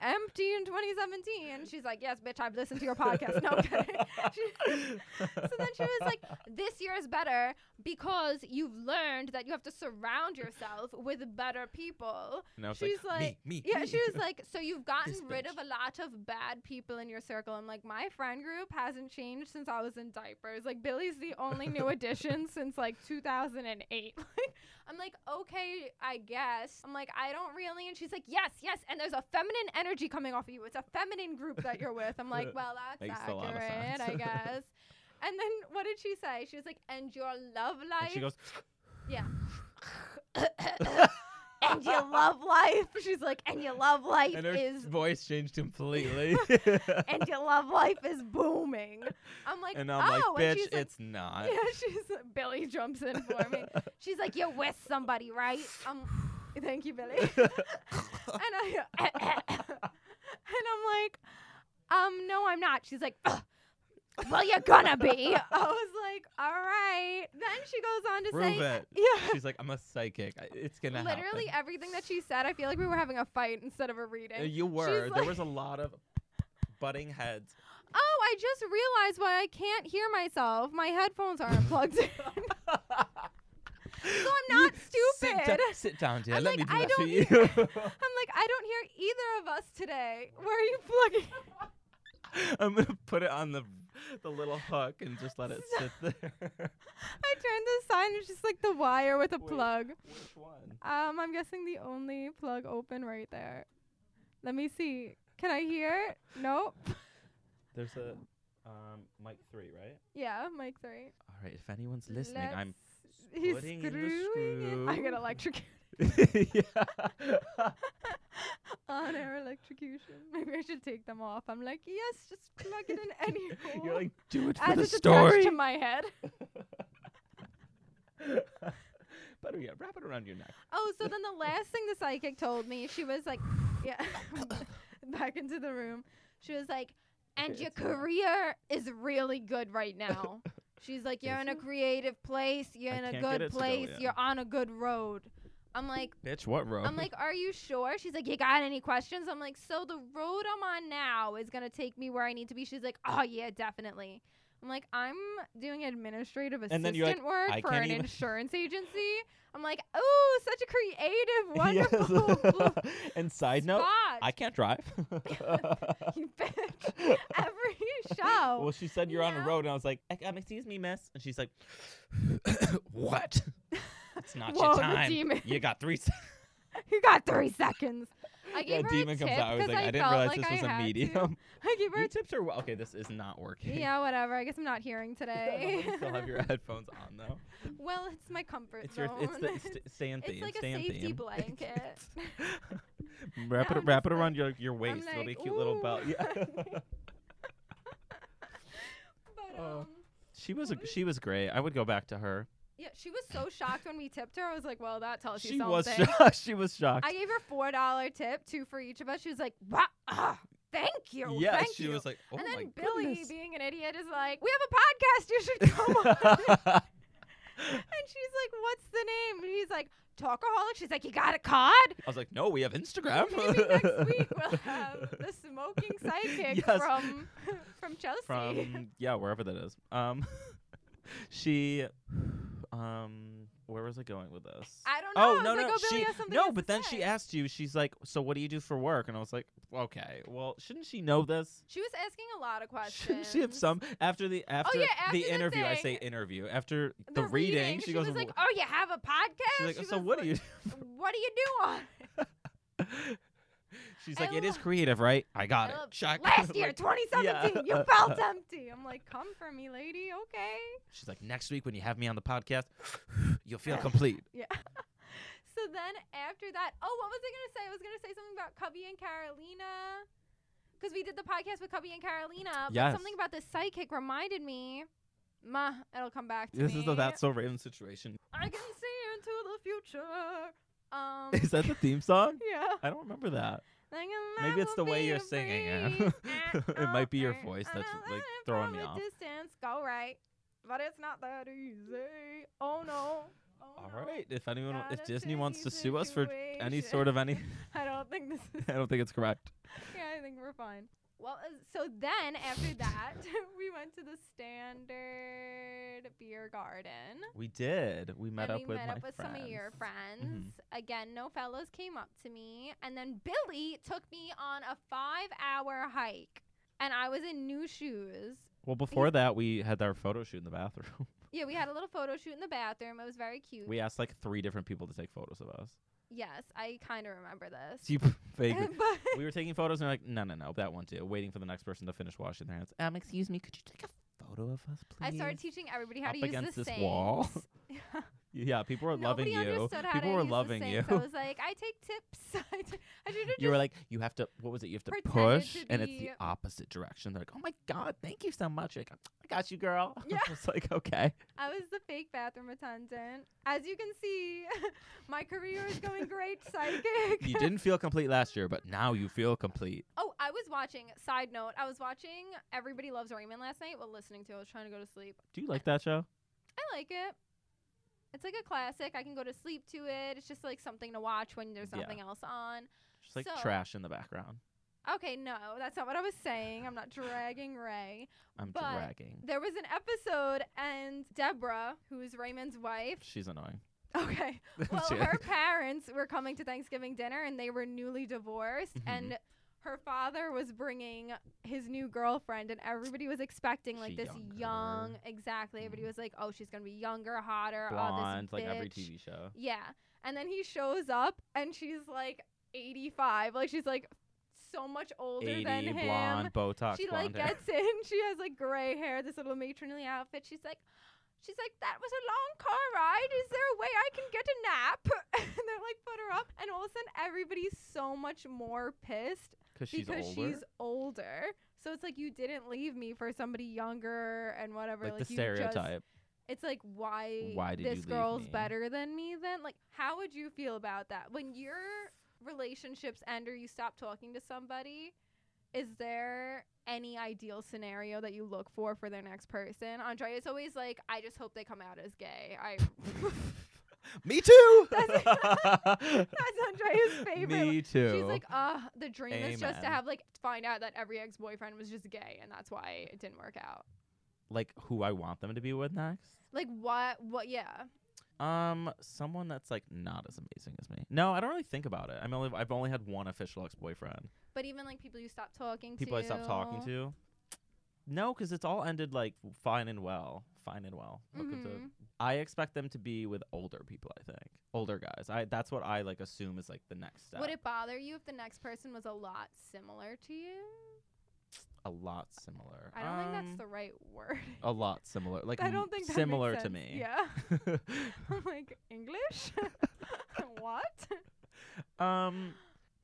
Speaker 1: empty in 2017. She's like, yes, bitch, I've listened to your podcast. No, okay. She- so then she was like, this year is better because you've learned that you have to surround yourself with better people.
Speaker 2: And I was
Speaker 1: she's like-
Speaker 2: me, me,
Speaker 1: Yeah,
Speaker 2: me.
Speaker 1: she was like, so you've gotten
Speaker 2: This
Speaker 1: rid
Speaker 2: bitch.
Speaker 1: of a lot of bad people in your circle. I'm like, my friend group hasn't changed since I was in diapers. Like, Billy's the only new addition since like 2008. Like, I'm like, okay, I guess. I'm like, I don't really. And she's like, yes, yes. And there's a feminine energy coming off of you. It's a feminine group that you're with. I'm like, well, that's
Speaker 2: Makes a lot of
Speaker 1: accurate, I
Speaker 2: sense.
Speaker 1: guess. And then what did she say? She was like, and your love life.
Speaker 2: And she goes,
Speaker 1: Yeah. and you love life. She's like, and you love life
Speaker 3: and her
Speaker 1: is
Speaker 3: voice changed completely.
Speaker 1: and you love life is booming. I'm like,
Speaker 3: and I'm
Speaker 1: oh,
Speaker 3: like, bitch,
Speaker 1: and she's
Speaker 3: it's not.
Speaker 1: like, yeah, she's Billy jumps in for me. She's like, you're with somebody, right? Um, thank you, Billy. and I, and I'm like, um, no, I'm not. She's like. "Ugh, Well, you're gonna be. I was like, all right. Then she goes on to
Speaker 3: Prove
Speaker 1: say,
Speaker 3: it.
Speaker 1: yeah.
Speaker 3: She's like, I'm a psychic. I- It's gonna
Speaker 1: Literally
Speaker 3: happen.
Speaker 1: everything that she said, I feel like we were having a fight instead of a reading.
Speaker 3: Uh, You were. there
Speaker 1: like-
Speaker 3: was a lot of butting heads.
Speaker 1: Oh, I just realized why I can't hear myself. My headphones aren't plugged in. so I'm not
Speaker 3: Sit,
Speaker 1: stupid.
Speaker 3: down- sit down, dear.
Speaker 1: I'm
Speaker 3: Let
Speaker 1: like,
Speaker 3: me do
Speaker 1: I
Speaker 3: that
Speaker 1: don't
Speaker 3: for you.
Speaker 1: I'm like, I don't hear either of us today. Where are you plugging?
Speaker 3: I'm gonna put it on the the little hook and just let it sit there.
Speaker 1: I turned the sign. It's just like the wire with a
Speaker 3: Wait.
Speaker 1: plug.
Speaker 3: Which one?
Speaker 1: Um, I'm guessing the only plug open right there. Let me see. Can I hear? it? Nope.
Speaker 3: There's a um mic three, right?
Speaker 1: Yeah, mic three.
Speaker 3: All right. If anyone's listening, I'm.
Speaker 1: Let's- He's
Speaker 3: putting in the
Speaker 1: screwing it. I get
Speaker 3: screw.
Speaker 1: electrocuted
Speaker 3: yeah.
Speaker 1: on air electrocution. Maybe I should take them off. I'm like, yes, just plug it in any hole.
Speaker 3: You're like, do it for
Speaker 1: as
Speaker 3: the
Speaker 1: it's
Speaker 3: story.
Speaker 1: attached to my head.
Speaker 3: Better yet, wrap it around your neck.
Speaker 1: Oh, so then the last thing the psychic told me, she was like, yeah, back into the room. She was like, and
Speaker 3: Okay,
Speaker 1: your
Speaker 3: it's enough.
Speaker 1: career is really good right now. She's like, you're
Speaker 3: Is
Speaker 1: in a
Speaker 3: it?
Speaker 1: creative place. You're
Speaker 3: I
Speaker 1: in a
Speaker 3: can't get it
Speaker 1: good
Speaker 3: to go
Speaker 1: place.
Speaker 3: in."
Speaker 1: You're on a good road. I'm like,
Speaker 3: Bitch, what road?
Speaker 1: I'm like, are you sure? She's like, you got any questions? I'm like, so the road I'm on now is gonna take me where I need to be. She's like, oh yeah, definitely. I'm like, I'm doing administrative assistant
Speaker 3: And then you're like,
Speaker 1: work
Speaker 3: "I
Speaker 1: for
Speaker 3: can't
Speaker 1: an
Speaker 3: even-"
Speaker 1: insurance agency. I'm like, oh, such a creative, wonderful spot.
Speaker 3: and side note, I can't drive.
Speaker 1: you bitch. Every show.
Speaker 3: well, she said you're on a
Speaker 1: no.
Speaker 3: road, and I was like, "Ec- um, excuse me, miss. And she's like, what? It's not
Speaker 1: Whoa,
Speaker 3: your
Speaker 1: the
Speaker 3: time.
Speaker 1: demon.
Speaker 3: You got three seconds.
Speaker 1: you got three seconds. I
Speaker 3: Yeah,
Speaker 1: gave her
Speaker 3: demon
Speaker 1: a tip
Speaker 3: comes out. I was
Speaker 1: 'cause
Speaker 3: like, I, didn't
Speaker 1: felt
Speaker 3: realize
Speaker 1: like
Speaker 3: this
Speaker 1: I
Speaker 3: was a
Speaker 1: had to.
Speaker 3: medium.
Speaker 1: I gave her
Speaker 3: Your
Speaker 1: a tip.
Speaker 3: tips are well. Okay, this is not working.
Speaker 1: Yeah, eh. whatever. I guess I'm not hearing
Speaker 3: You
Speaker 1: today.
Speaker 3: still have your headphones on though.
Speaker 1: well, it's my comfort
Speaker 3: It's your,
Speaker 1: zone.
Speaker 3: it's the st- stay in
Speaker 1: It's
Speaker 3: theme.
Speaker 1: like a
Speaker 3: stay in
Speaker 1: safety
Speaker 3: theme.
Speaker 1: blanket.
Speaker 3: wrap
Speaker 1: Now
Speaker 3: it
Speaker 1: I'm just
Speaker 3: wrap it
Speaker 1: like-
Speaker 2: around
Speaker 3: around your your waist. It'll be a
Speaker 1: like,
Speaker 3: cute little
Speaker 1: "Ooh."
Speaker 3: belt. Yeah.
Speaker 1: But
Speaker 3: Oh.
Speaker 1: um,
Speaker 2: She was a,
Speaker 1: What?
Speaker 2: she was great. I would go back to her.
Speaker 1: yeah, she was so shocked when we tipped her. I was like, well, that tells you
Speaker 2: She
Speaker 1: something.
Speaker 2: was shocked. she was shocked.
Speaker 1: I gave her four dollar tip, two for each of us. She was like, wow, ah, thank you,
Speaker 3: yeah,
Speaker 1: thank
Speaker 3: she
Speaker 1: you.
Speaker 3: was like, "Oh
Speaker 1: and
Speaker 3: my
Speaker 1: then Billy,
Speaker 3: goodness."
Speaker 1: being an idiot, is like, we have a podcast. You should come on. and she's like, what's the name? And he's like, Talkaholic. She's like, you got a cod?
Speaker 3: I was like, "No, we have Instagram."
Speaker 1: Maybe next week we'll have the smoking psychic
Speaker 2: Yes.
Speaker 1: from from Chelsea.
Speaker 2: from yeah wherever that is um she um where was i going with this
Speaker 1: I don't know.
Speaker 2: oh
Speaker 1: I
Speaker 2: no
Speaker 1: was like,
Speaker 2: no
Speaker 1: oh, Billy
Speaker 2: she
Speaker 1: has something
Speaker 2: no
Speaker 1: else
Speaker 2: but
Speaker 1: to
Speaker 2: then
Speaker 1: say.
Speaker 2: she asked you she's like so what do you do for work and i was like okay well shouldn't she know this
Speaker 1: She was asking a lot of questions. Oh,
Speaker 2: shouldn't she have some after the after,
Speaker 1: yeah, after
Speaker 2: the
Speaker 1: the
Speaker 2: interview i
Speaker 1: thing.
Speaker 2: say interview after the, reading, she, goes
Speaker 1: was like,
Speaker 2: "Wh-
Speaker 1: "Oh, you have a podcast."
Speaker 2: she's like,
Speaker 1: She
Speaker 2: so
Speaker 1: was
Speaker 2: what do you
Speaker 1: like, What do you do on?
Speaker 2: she's
Speaker 1: I
Speaker 2: like it is
Speaker 1: love-
Speaker 2: creative right i got
Speaker 1: I
Speaker 2: it
Speaker 1: love-
Speaker 2: Shock.
Speaker 1: Last year,
Speaker 2: Like,
Speaker 1: 2017,
Speaker 2: yeah.
Speaker 1: you felt empty. I'm like, come for me, lady. Okay.
Speaker 2: she's like next week when you have me on the podcast you'll feel complete
Speaker 1: So then after that, oh, what was I gonna say? I was gonna say something about Cubby and Carolina, because we did the podcast with Cubby and Carolina. But
Speaker 2: Yes.
Speaker 1: something about the psychic reminded me. Ma, it'll come back to
Speaker 2: this
Speaker 1: me.
Speaker 2: is the that's so raven situation
Speaker 1: I can see into the future. Um.
Speaker 2: Is that the theme song?
Speaker 1: yeah.
Speaker 2: I don't remember that.
Speaker 1: Like a
Speaker 2: Maybe
Speaker 1: love
Speaker 2: it's the way you're
Speaker 1: without
Speaker 2: singing it.
Speaker 1: breeze.
Speaker 2: It
Speaker 1: Uh,
Speaker 2: might be your
Speaker 1: uh,
Speaker 2: voice that's,
Speaker 1: uh,
Speaker 2: like,
Speaker 1: uh,
Speaker 2: throwing
Speaker 1: from
Speaker 2: me
Speaker 1: a
Speaker 2: off.
Speaker 1: Distance, go right, but it's not that easy. Oh no. Oh,
Speaker 2: All
Speaker 1: no.
Speaker 2: right. If anyone,
Speaker 1: Got
Speaker 2: if
Speaker 1: a
Speaker 2: Disney wants to sue us for any
Speaker 1: situation.
Speaker 2: sort of any,
Speaker 1: I don't think this is.
Speaker 2: I don't think it's correct.
Speaker 1: Yeah, I think we're fine. Well, uh, so then after that, we went to the standard beer garden.
Speaker 2: We did. We met
Speaker 1: and
Speaker 2: up
Speaker 1: we
Speaker 2: with
Speaker 1: met
Speaker 2: my
Speaker 1: up with
Speaker 2: friends. Mm-hmm.
Speaker 1: some of your friends. Again, no fellows came up to me, and then Billy took me on a five-hour hike, and I was in new shoes.
Speaker 2: Well, before that, we had our photo shoot in the bathroom.
Speaker 1: Yeah, we had a little photo shoot in the bathroom. It was very cute.
Speaker 2: we asked like three different people to take photos of us.
Speaker 1: yes, I kind of remember this.
Speaker 2: So you vaguely.
Speaker 1: but
Speaker 2: we were taking photos and we're like, no, no, no, that one too. Waiting for the next person to finish washing their hands. Um, excuse me, could you take a photo of us, please?
Speaker 1: I started teaching everybody how
Speaker 2: Up
Speaker 1: to use
Speaker 2: against
Speaker 1: the
Speaker 2: this wall.
Speaker 1: sinks.
Speaker 2: yeah, people were loving
Speaker 1: Nobody
Speaker 2: you.
Speaker 1: understood how
Speaker 2: People
Speaker 1: to
Speaker 2: were
Speaker 1: use
Speaker 2: loving
Speaker 1: the
Speaker 2: you.
Speaker 1: sink. I was like, I take tips. I, t- I should have
Speaker 2: You were
Speaker 1: just
Speaker 2: like, you have to. What was it? You have to
Speaker 1: pretended to
Speaker 2: push, and it's the
Speaker 1: be-
Speaker 2: opposite direction. They're like, oh my god, thank you so much. You're like, I got you, girl.
Speaker 1: Yeah.
Speaker 2: it's like okay.
Speaker 1: I was the fake bathroom attendant. As you can see, my career is going great, sidekick.
Speaker 2: You didn't feel complete last year, but now you feel complete.
Speaker 1: Oh, I was watching. Side note, I was watching Everybody Loves Raymond last night while listening to. it. I was trying to go to sleep.
Speaker 2: Do you like that show?
Speaker 1: I like it. It's like a classic. I can go to sleep to it. It's just like something to watch when there's
Speaker 2: Yeah.
Speaker 1: nothing else on.
Speaker 2: Just like
Speaker 1: So-
Speaker 2: trash in the background.
Speaker 1: Okay, no, that's not what I was saying. I'm not dragging Ray.
Speaker 2: I'm
Speaker 1: But-
Speaker 2: dragging.
Speaker 1: There was an episode, and Deborah, who is Raymond's wife,
Speaker 2: She's annoying.
Speaker 1: Okay. Well,
Speaker 2: She-
Speaker 1: her parents were coming to Thanksgiving dinner and they were newly divorced
Speaker 2: Mhm.
Speaker 1: and her father was bringing his new girlfriend and everybody was expecting like
Speaker 2: She
Speaker 1: this
Speaker 2: younger.
Speaker 1: young exactly everybody
Speaker 2: Mm.
Speaker 1: was like oh she's going to be younger hotter all
Speaker 2: blonde,
Speaker 1: this
Speaker 2: like every
Speaker 1: bitch.
Speaker 2: TV show.
Speaker 1: Yeah. And then he shows up and she's like 85. Like she's like so much older than
Speaker 2: Eighty,
Speaker 1: him
Speaker 2: blonde, Botox,
Speaker 1: she like
Speaker 2: blonde hair.
Speaker 1: gets in. She has like gray hair, this little matronly outfit. She's like, she's like, that was a long car ride. Is there a way I can get a nap? and they're like, put her up. And all of a sudden, everybody's so much more pissed
Speaker 2: Cause she's
Speaker 1: because
Speaker 2: older.
Speaker 1: she's older. So it's like you didn't leave me for somebody younger and whatever.
Speaker 2: like,
Speaker 1: Like,
Speaker 2: the
Speaker 1: you just-
Speaker 2: stereotype.
Speaker 1: it's like why
Speaker 2: Why did you
Speaker 1: this
Speaker 2: leave
Speaker 1: girl's
Speaker 2: me?
Speaker 1: better than me then? Like how would you feel about that? When your relationships end or you stop talking to somebody, is there any ideal scenario that you look for for their next person? Andrea is always like, I just hope they come out as gay. I
Speaker 2: Me too.
Speaker 1: That's Andrea's favorite.
Speaker 2: Me too.
Speaker 1: She's like, uh, the dream is just to
Speaker 2: Amen.
Speaker 1: have like find out that every ex boyfriend was just gay and that's why it didn't work out.
Speaker 2: like who I want them to be with next.
Speaker 1: Like what what yeah.
Speaker 2: Um, someone that's like not as amazing as me. No, I don't really think about it. I'm only I've only had one official ex boyfriend.
Speaker 1: But even like people you stop talking
Speaker 2: People
Speaker 1: to
Speaker 2: I stopped talking to. No, because it's all ended like fine and well, fine and well. Look at the-
Speaker 1: Mhm.
Speaker 2: I expect them to be with older people. I think older guys. I that's what I like assume is like the next step.
Speaker 1: Would it bother you if the next person was a lot similar to you?
Speaker 2: a lot similar.
Speaker 1: I don't think
Speaker 2: Um,
Speaker 1: that's the right word.
Speaker 2: a lot similar. Like
Speaker 1: I don't think that makes
Speaker 2: similar to
Speaker 1: sense.
Speaker 2: me.
Speaker 1: Yeah.
Speaker 2: Yeah.
Speaker 1: I'm like English. what?
Speaker 2: um,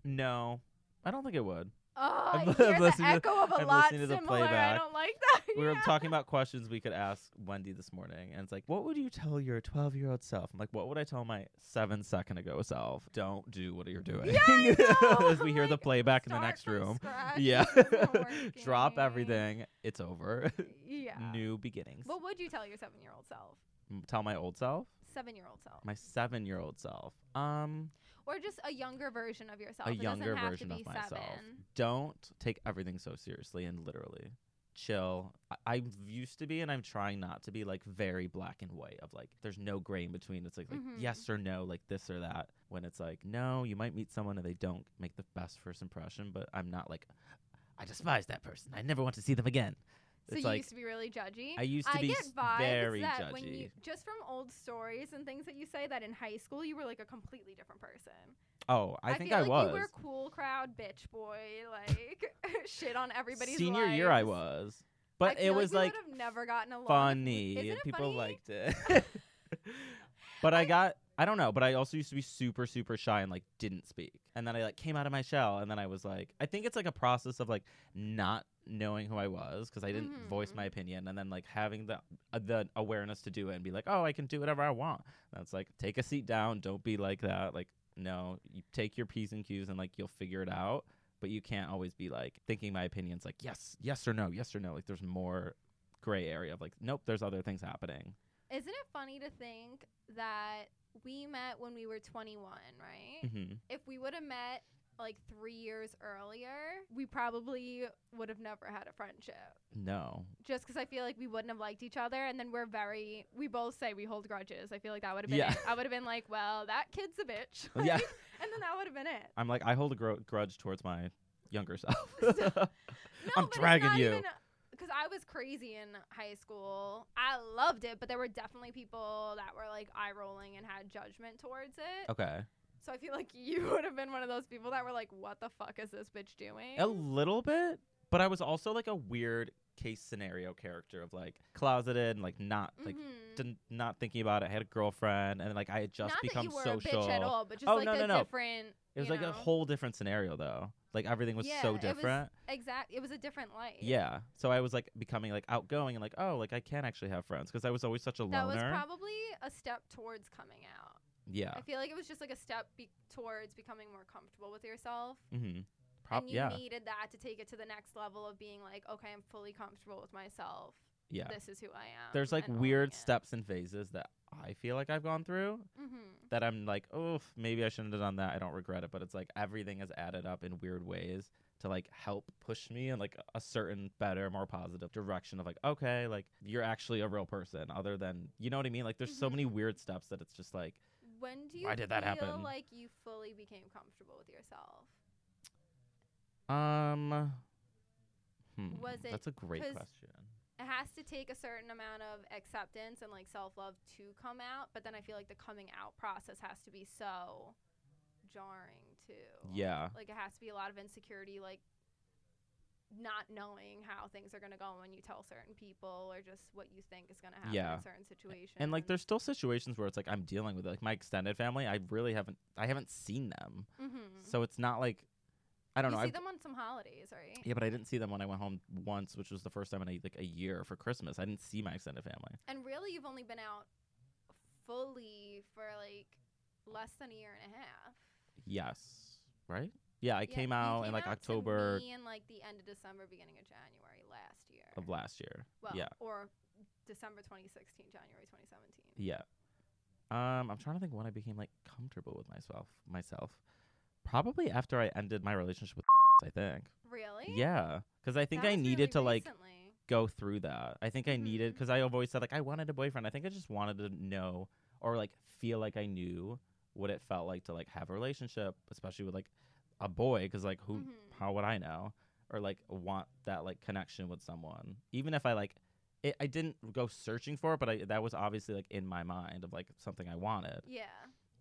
Speaker 2: no, I don't think it would.
Speaker 1: Oh, I hear
Speaker 2: I'm
Speaker 1: the
Speaker 2: listening to-
Speaker 1: echo of a
Speaker 2: I'm
Speaker 1: lot
Speaker 2: listening to the
Speaker 1: similar. I
Speaker 2: playback.
Speaker 1: don't like that.
Speaker 2: we were
Speaker 1: Yeah.
Speaker 2: talking about questions we could ask Wendy this morning, and it's like, what would you tell your 12 year old self? I'm like, what would I tell my seven second ago self? Don't do what you're doing.
Speaker 1: Yeah, I know.
Speaker 2: As we
Speaker 1: I'm
Speaker 2: hear the
Speaker 1: like,
Speaker 2: playback in the
Speaker 1: Start
Speaker 2: next
Speaker 1: from
Speaker 2: room.
Speaker 1: scratch.
Speaker 2: Yeah.
Speaker 1: This isn't
Speaker 2: Drop
Speaker 1: working.
Speaker 2: everything. It's over.
Speaker 1: Yeah.
Speaker 2: New beginnings.
Speaker 1: What would you tell your seven-year-old self?
Speaker 2: M- tell my old self,
Speaker 1: Seven-year-old self,
Speaker 2: my seven year old self, um,
Speaker 1: or just a younger version of yourself.
Speaker 2: a
Speaker 1: It doesn't
Speaker 2: younger
Speaker 1: have to
Speaker 2: version
Speaker 1: be
Speaker 2: of myself.
Speaker 1: seven.
Speaker 2: Don't take everything so seriously and literally. Chill. I, I used to be, and I'm trying not to be like very black and white of like there's no gray in between. It's like, like
Speaker 1: Mhm.
Speaker 2: yes or no, like this or that. When it's like no, you might meet someone and they don't make the best first impression, but I'm not like I despise that person. I never want to see them again.
Speaker 1: So
Speaker 2: it's
Speaker 1: you
Speaker 2: like
Speaker 1: used to be really judgy.
Speaker 2: I used to
Speaker 1: I
Speaker 2: be
Speaker 1: get
Speaker 2: s-
Speaker 1: vibes
Speaker 2: very
Speaker 1: that
Speaker 2: judgy.
Speaker 1: when you just from old stories and things that you say that in high school you were like a completely different person.
Speaker 2: oh, I, think
Speaker 1: feel
Speaker 2: I
Speaker 1: like
Speaker 2: was.
Speaker 1: You were a cool crowd bitch boy, like shit on everybody's.
Speaker 2: Senior year, I
Speaker 1: lives.
Speaker 2: was,
Speaker 1: I
Speaker 2: but it
Speaker 1: feel
Speaker 2: was like
Speaker 1: we would have never gotten along. if-
Speaker 2: funny
Speaker 1: Isn't
Speaker 2: and
Speaker 1: it
Speaker 2: people
Speaker 1: funny?
Speaker 2: liked it. but I got I don't know, but I also used to be super super shy and like didn't speak. And then I like came out of my shell and then I was like I think it's like a process of like not knowing who I was because I didn't voice
Speaker 1: Mhm.
Speaker 2: my opinion and then like having the uh, the awareness to do it and be like, "Oh, I can do whatever I want." That's like take a seat down, don't be like that. Like no, you take your P's and Q's and like you'll figure it out. But you can't always be like thinking my opinions like yes, yes or no, yes or no. Like there's more gray area of like, nope, there's other things happening.
Speaker 1: Isn't it funny to think that we met when we were 21, right?
Speaker 2: hmm
Speaker 1: If we would have met like three years earlier, we probably would have never had a friendship.
Speaker 2: No,
Speaker 1: just because I feel like we wouldn't have liked each other, and then we're very we both say we hold grudges. I feel like that would have been
Speaker 2: Yeah.
Speaker 1: it. I would have been like, well, that kid's a bitch.
Speaker 2: Well, yeah.
Speaker 1: Like, and then that would have been it.
Speaker 2: I'm like I hold a gr- grudge towards my younger self.
Speaker 1: No,
Speaker 2: I'm
Speaker 1: but
Speaker 2: dragging
Speaker 1: it's not
Speaker 2: you.
Speaker 1: Because I was crazy in high school. I loved it, but there were definitely people that were like eye rolling and had judgment towards it.
Speaker 2: okay,
Speaker 1: So I feel like you would have been one of those people that were like, what the fuck is this bitch doing?
Speaker 2: a little bit, but I was also like a weird case scenario character of like closeted and like not like
Speaker 1: Mhm.
Speaker 2: didn't, not thinking about it. I had a girlfriend and like I had just
Speaker 1: Not
Speaker 2: become
Speaker 1: that you were
Speaker 2: social.
Speaker 1: a bitch at all, but just
Speaker 2: Oh,
Speaker 1: like
Speaker 2: no,
Speaker 1: the
Speaker 2: no, no.
Speaker 1: different.
Speaker 2: It was
Speaker 1: you
Speaker 2: like
Speaker 1: know,
Speaker 2: a whole different scenario though. Like everything was
Speaker 1: Yeah, it
Speaker 2: so
Speaker 1: was-
Speaker 2: different.
Speaker 1: exact. It was a different life.
Speaker 2: yeah. So I was like becoming like outgoing and like, oh, like I can actually have friends because I was always such a
Speaker 1: that was
Speaker 2: loner.
Speaker 1: probably a step towards coming out.
Speaker 2: yeah.
Speaker 1: I feel like it was just like a step be- towards becoming more comfortable with yourself.
Speaker 2: Mm-hmm. Prob-
Speaker 1: and you
Speaker 2: yeah.
Speaker 1: needed that to take it to the next level of being like, okay, I'm fully comfortable with myself.
Speaker 2: Yeah.
Speaker 1: This is who I am.
Speaker 2: There's like weird steps and phases that I feel like I've gone through
Speaker 1: Mm-hmm.
Speaker 2: that I'm like, oh, maybe I shouldn't have done that. I don't regret it, but it's like everything has added up in weird ways to like help push me in like a certain better, more positive direction of like, okay, like you're actually a real person other than, you know what I mean? Like there's so
Speaker 1: Mhm.
Speaker 2: many weird steps that it's just like
Speaker 1: When do you
Speaker 2: Why did that
Speaker 1: feel
Speaker 2: happen?
Speaker 1: like you fully became comfortable with yourself?
Speaker 2: Um, hmm,
Speaker 1: Was it-
Speaker 2: That's a great
Speaker 1: 'cause-
Speaker 2: question.
Speaker 1: It has to take a certain amount of acceptance and like self love to come out, but then I feel like the coming out process has to be so jarring too.
Speaker 2: Yeah,
Speaker 1: Like it has to be a lot of insecurity, like not knowing how things are gonna go when you tell certain people or just what you think is gonna happen
Speaker 2: Yeah.
Speaker 1: in certain situations.
Speaker 2: and like there's still situations where it's like I'm dealing with it. Like my extended family, I really haven't, I haven't seen them,
Speaker 1: mm-hmm.
Speaker 2: so it's not like, I don't
Speaker 1: you
Speaker 2: know.
Speaker 1: see
Speaker 2: I've,
Speaker 1: them on some holidays, right?
Speaker 2: yeah, but I didn't see them when I went home once, which was the first time in a, like a year for Christmas. I didn't see my extended family.
Speaker 1: And really, you've only been out fully for like less than a year and a half.
Speaker 2: Yes, right? Yeah, I
Speaker 1: Yeah,
Speaker 2: came
Speaker 1: you
Speaker 2: out in
Speaker 1: came
Speaker 2: like
Speaker 1: out to
Speaker 2: October
Speaker 1: me in like the end of December, beginning of January last year.
Speaker 2: of last year.
Speaker 1: well,
Speaker 2: yeah.
Speaker 1: Or December 2016, January 2017.
Speaker 2: Yeah. Um, I'm trying to think when I became like comfortable with myself. Myself, probably after I ended my relationship with. I think.
Speaker 1: Really?
Speaker 2: Yeah, because I think
Speaker 1: That
Speaker 2: I
Speaker 1: was
Speaker 2: needed
Speaker 1: really
Speaker 2: to like
Speaker 1: recently.
Speaker 2: go through that. I think I needed
Speaker 1: Mhm.
Speaker 2: because I've always said like I wanted a boyfriend. I think I just wanted to know or like feel like I knew what it felt like to like have a relationship, especially with like a boy. Because like who,
Speaker 1: Mhm.
Speaker 2: how would I know? Or like want that like connection with someone, even if I like. It, I didn't go searching for it, but I, that was obviously like in my mind of like something I wanted
Speaker 1: Yeah.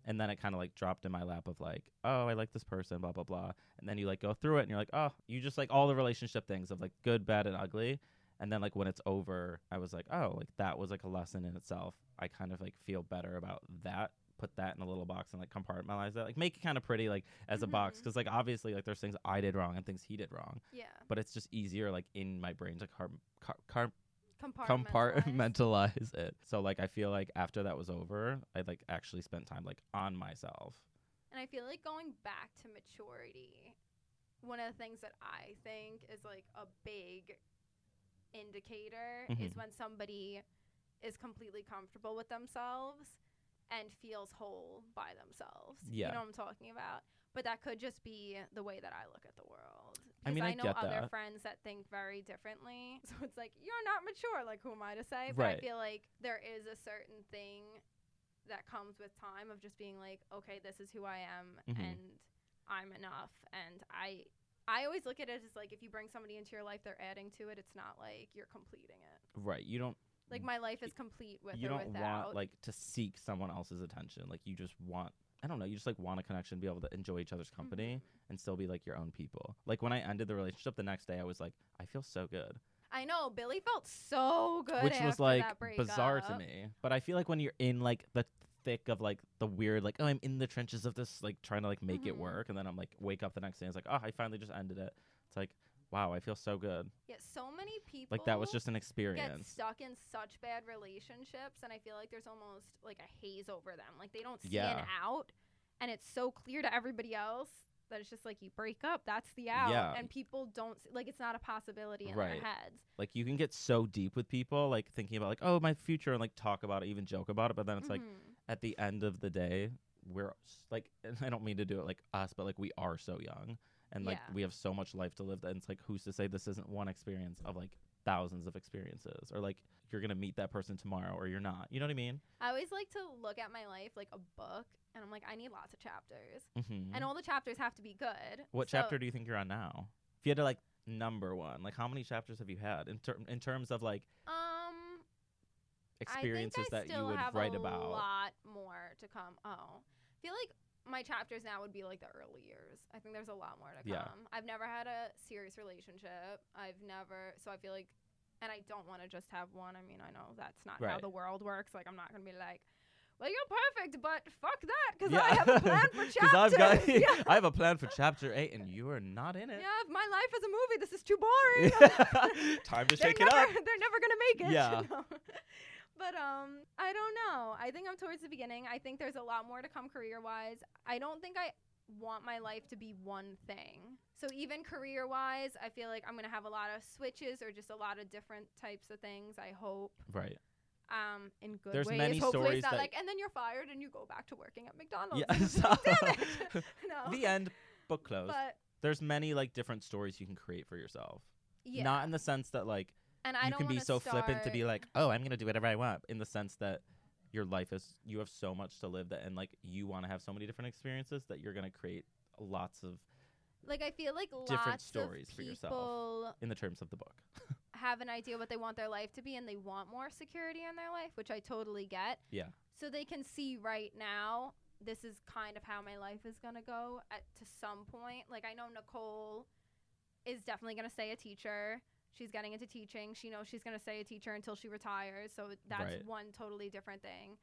Speaker 2: and then it kind of like dropped in my lap of like oh i like this person blah blah blah and then you like go through it and you're like oh you just like all the relationship things of like good bad and ugly and then like when it's over i was like oh like that was like a lesson in itself i kind of like feel better about that put that in a little box and like compartmentalize that like make it kind of pretty like as a box
Speaker 1: Mhm.
Speaker 2: because like obviously like there's things i did wrong and things he did wrong
Speaker 1: Yeah.
Speaker 2: but it's just easier like in my brain to car- car- car-
Speaker 1: Compartmentalized.
Speaker 2: compartmentalize it. So like I feel like after that was over, I like actually spent time like on myself.
Speaker 1: And I feel like going back to maturity, one of the things that I think is like a big indicator
Speaker 2: Mm-hmm.
Speaker 1: is when somebody is completely comfortable with themselves and feels whole by themselves.
Speaker 2: Yeah.
Speaker 1: You know what I'm talking about? But that could just be the way that I look at the world.
Speaker 2: I mean,
Speaker 1: Because
Speaker 2: I
Speaker 1: know
Speaker 2: get
Speaker 1: other
Speaker 2: that.
Speaker 1: friends that think very differently. So it's like, you're not mature. Like, who am I to say? But I
Speaker 2: Right.
Speaker 1: feel like there is a certain thing that comes with time of just being like, okay, this is who I am
Speaker 2: Mhm.
Speaker 1: and I'm enough. And I I always look at it as like if you bring somebody into your life, they're adding to it. It's not like you're completing it.
Speaker 2: Right. You don't
Speaker 1: Like my life is complete with
Speaker 2: you
Speaker 1: or
Speaker 2: don't
Speaker 1: without.
Speaker 2: want like to seek someone else's attention. Like you just want I don't know, you just like want a connection, be able to enjoy each other's company
Speaker 1: Mhm.
Speaker 2: and still be like your own people. Like when I ended the relationship the next day, I was like, I feel so good.
Speaker 1: Mm-hmm. I know Billy felt so good,
Speaker 2: which was
Speaker 1: after
Speaker 2: like
Speaker 1: that breakup.
Speaker 2: bizarre to me. But I feel like when you're in like the thick of like the weird, like oh, I'm in the trenches of this, like trying to like make
Speaker 1: Mhm.
Speaker 2: it work, and then I'm like wake up the next day, and it's like oh, I finally just ended it. It's like wow, I feel so good.
Speaker 1: Yeah, so many people
Speaker 2: Like that was just an
Speaker 1: get
Speaker 2: experience.
Speaker 1: stuck in such bad relationships and I feel like there's almost like a haze over them. Like they don't see an
Speaker 2: Yeah.
Speaker 1: out and it's so clear to everybody else that it's just like you break up, that's the out.
Speaker 2: Yeah.
Speaker 1: And people don't s- like it's not a possibility in their
Speaker 2: Right.
Speaker 1: heads.
Speaker 2: Like you can get so deep with people, like thinking about like oh my future and like talk about it, even joke about it, but then it's like
Speaker 1: Mhm.
Speaker 2: at the end of the day, we're s- like and I don't mean to do it like us, but like we are so young. And like
Speaker 1: Yeah.
Speaker 2: we have so much life to live, and it's like who's to say this isn't one experience of like thousands of experiences, or like you're gonna meet that person tomorrow, or you're not. You know what I mean?
Speaker 1: I always like to look at my life like a book and I'm like I need lots of chapters.
Speaker 2: Mm-hmm.
Speaker 1: And all the chapters have to be good.
Speaker 2: what
Speaker 1: So-
Speaker 2: chapter do you think you're on now? If you had to like number one, like how many chapters have you had in ter- in terms of like
Speaker 1: um
Speaker 2: experiences
Speaker 1: I
Speaker 2: that
Speaker 1: think I
Speaker 2: you
Speaker 1: still
Speaker 2: would
Speaker 1: have
Speaker 2: write
Speaker 1: a
Speaker 2: about?
Speaker 1: lot more to come. Oh, I feel like my chapters now would be like the early years. I think there's a lot more to come.
Speaker 2: Yeah.
Speaker 1: I've never had a serious relationship. I've never, so I feel like and I don't want to just have one. I mean, I know that's not how
Speaker 2: Right.
Speaker 1: the world works. Like, I'm not gonna be like, well, you're perfect, but fuck that, because
Speaker 2: Yeah.
Speaker 1: I have a plan for
Speaker 2: 'Cause
Speaker 1: chapters.
Speaker 2: I've got,
Speaker 1: yeah.
Speaker 2: I have a plan for chapter eight, and you are not in it.
Speaker 1: yeah, if my life is a movie. This is too boring.
Speaker 2: Time to
Speaker 1: they're
Speaker 2: shake
Speaker 1: never,
Speaker 2: it up.
Speaker 1: They're never gonna make it.
Speaker 2: Yeah.
Speaker 1: You know? but um, I don't know. I think I'm towards the beginning. I think there's a lot more to come career wise. I don't think I want my life to be one thing. So even career wise, I feel like I'm gonna have a lot of switches or just a lot of different types of things. I hope.
Speaker 2: Right.
Speaker 1: Um, in good
Speaker 2: There's
Speaker 1: ways.
Speaker 2: many
Speaker 1: Hopefully
Speaker 2: stories
Speaker 1: it's not
Speaker 2: that-
Speaker 1: like, and then you're fired and you go back to working at McDonald's.
Speaker 2: Yeah.
Speaker 1: It's
Speaker 2: so-
Speaker 1: like, Damn it. no.
Speaker 2: the end. Book closed.
Speaker 1: But
Speaker 2: There's many like different stories you can create for yourself.
Speaker 1: yeah,
Speaker 2: Not in the sense that like
Speaker 1: and I
Speaker 2: you
Speaker 1: don't
Speaker 2: can be
Speaker 1: wanna
Speaker 2: so flippant to
Speaker 1: start-
Speaker 2: be like, oh, I'm gonna do whatever I want. In the sense that your life is, you have so much to live that, and like you want to have so many different experiences that you're gonna create lots of
Speaker 1: like I feel like
Speaker 2: different
Speaker 1: lots
Speaker 2: stories
Speaker 1: of
Speaker 2: for
Speaker 1: people
Speaker 2: yourself. in the terms of the book.
Speaker 1: have an idea what they want their life to be and they want more security in their life, which I totally get.
Speaker 2: Yeah.
Speaker 1: So they can see right now this is kind of how my life is going to go at to some point. Like I know Nicole is definitely going to stay a teacher. She's getting into teaching. She knows she's going to stay a teacher until she retires. So that's
Speaker 2: Right.
Speaker 1: one totally different thing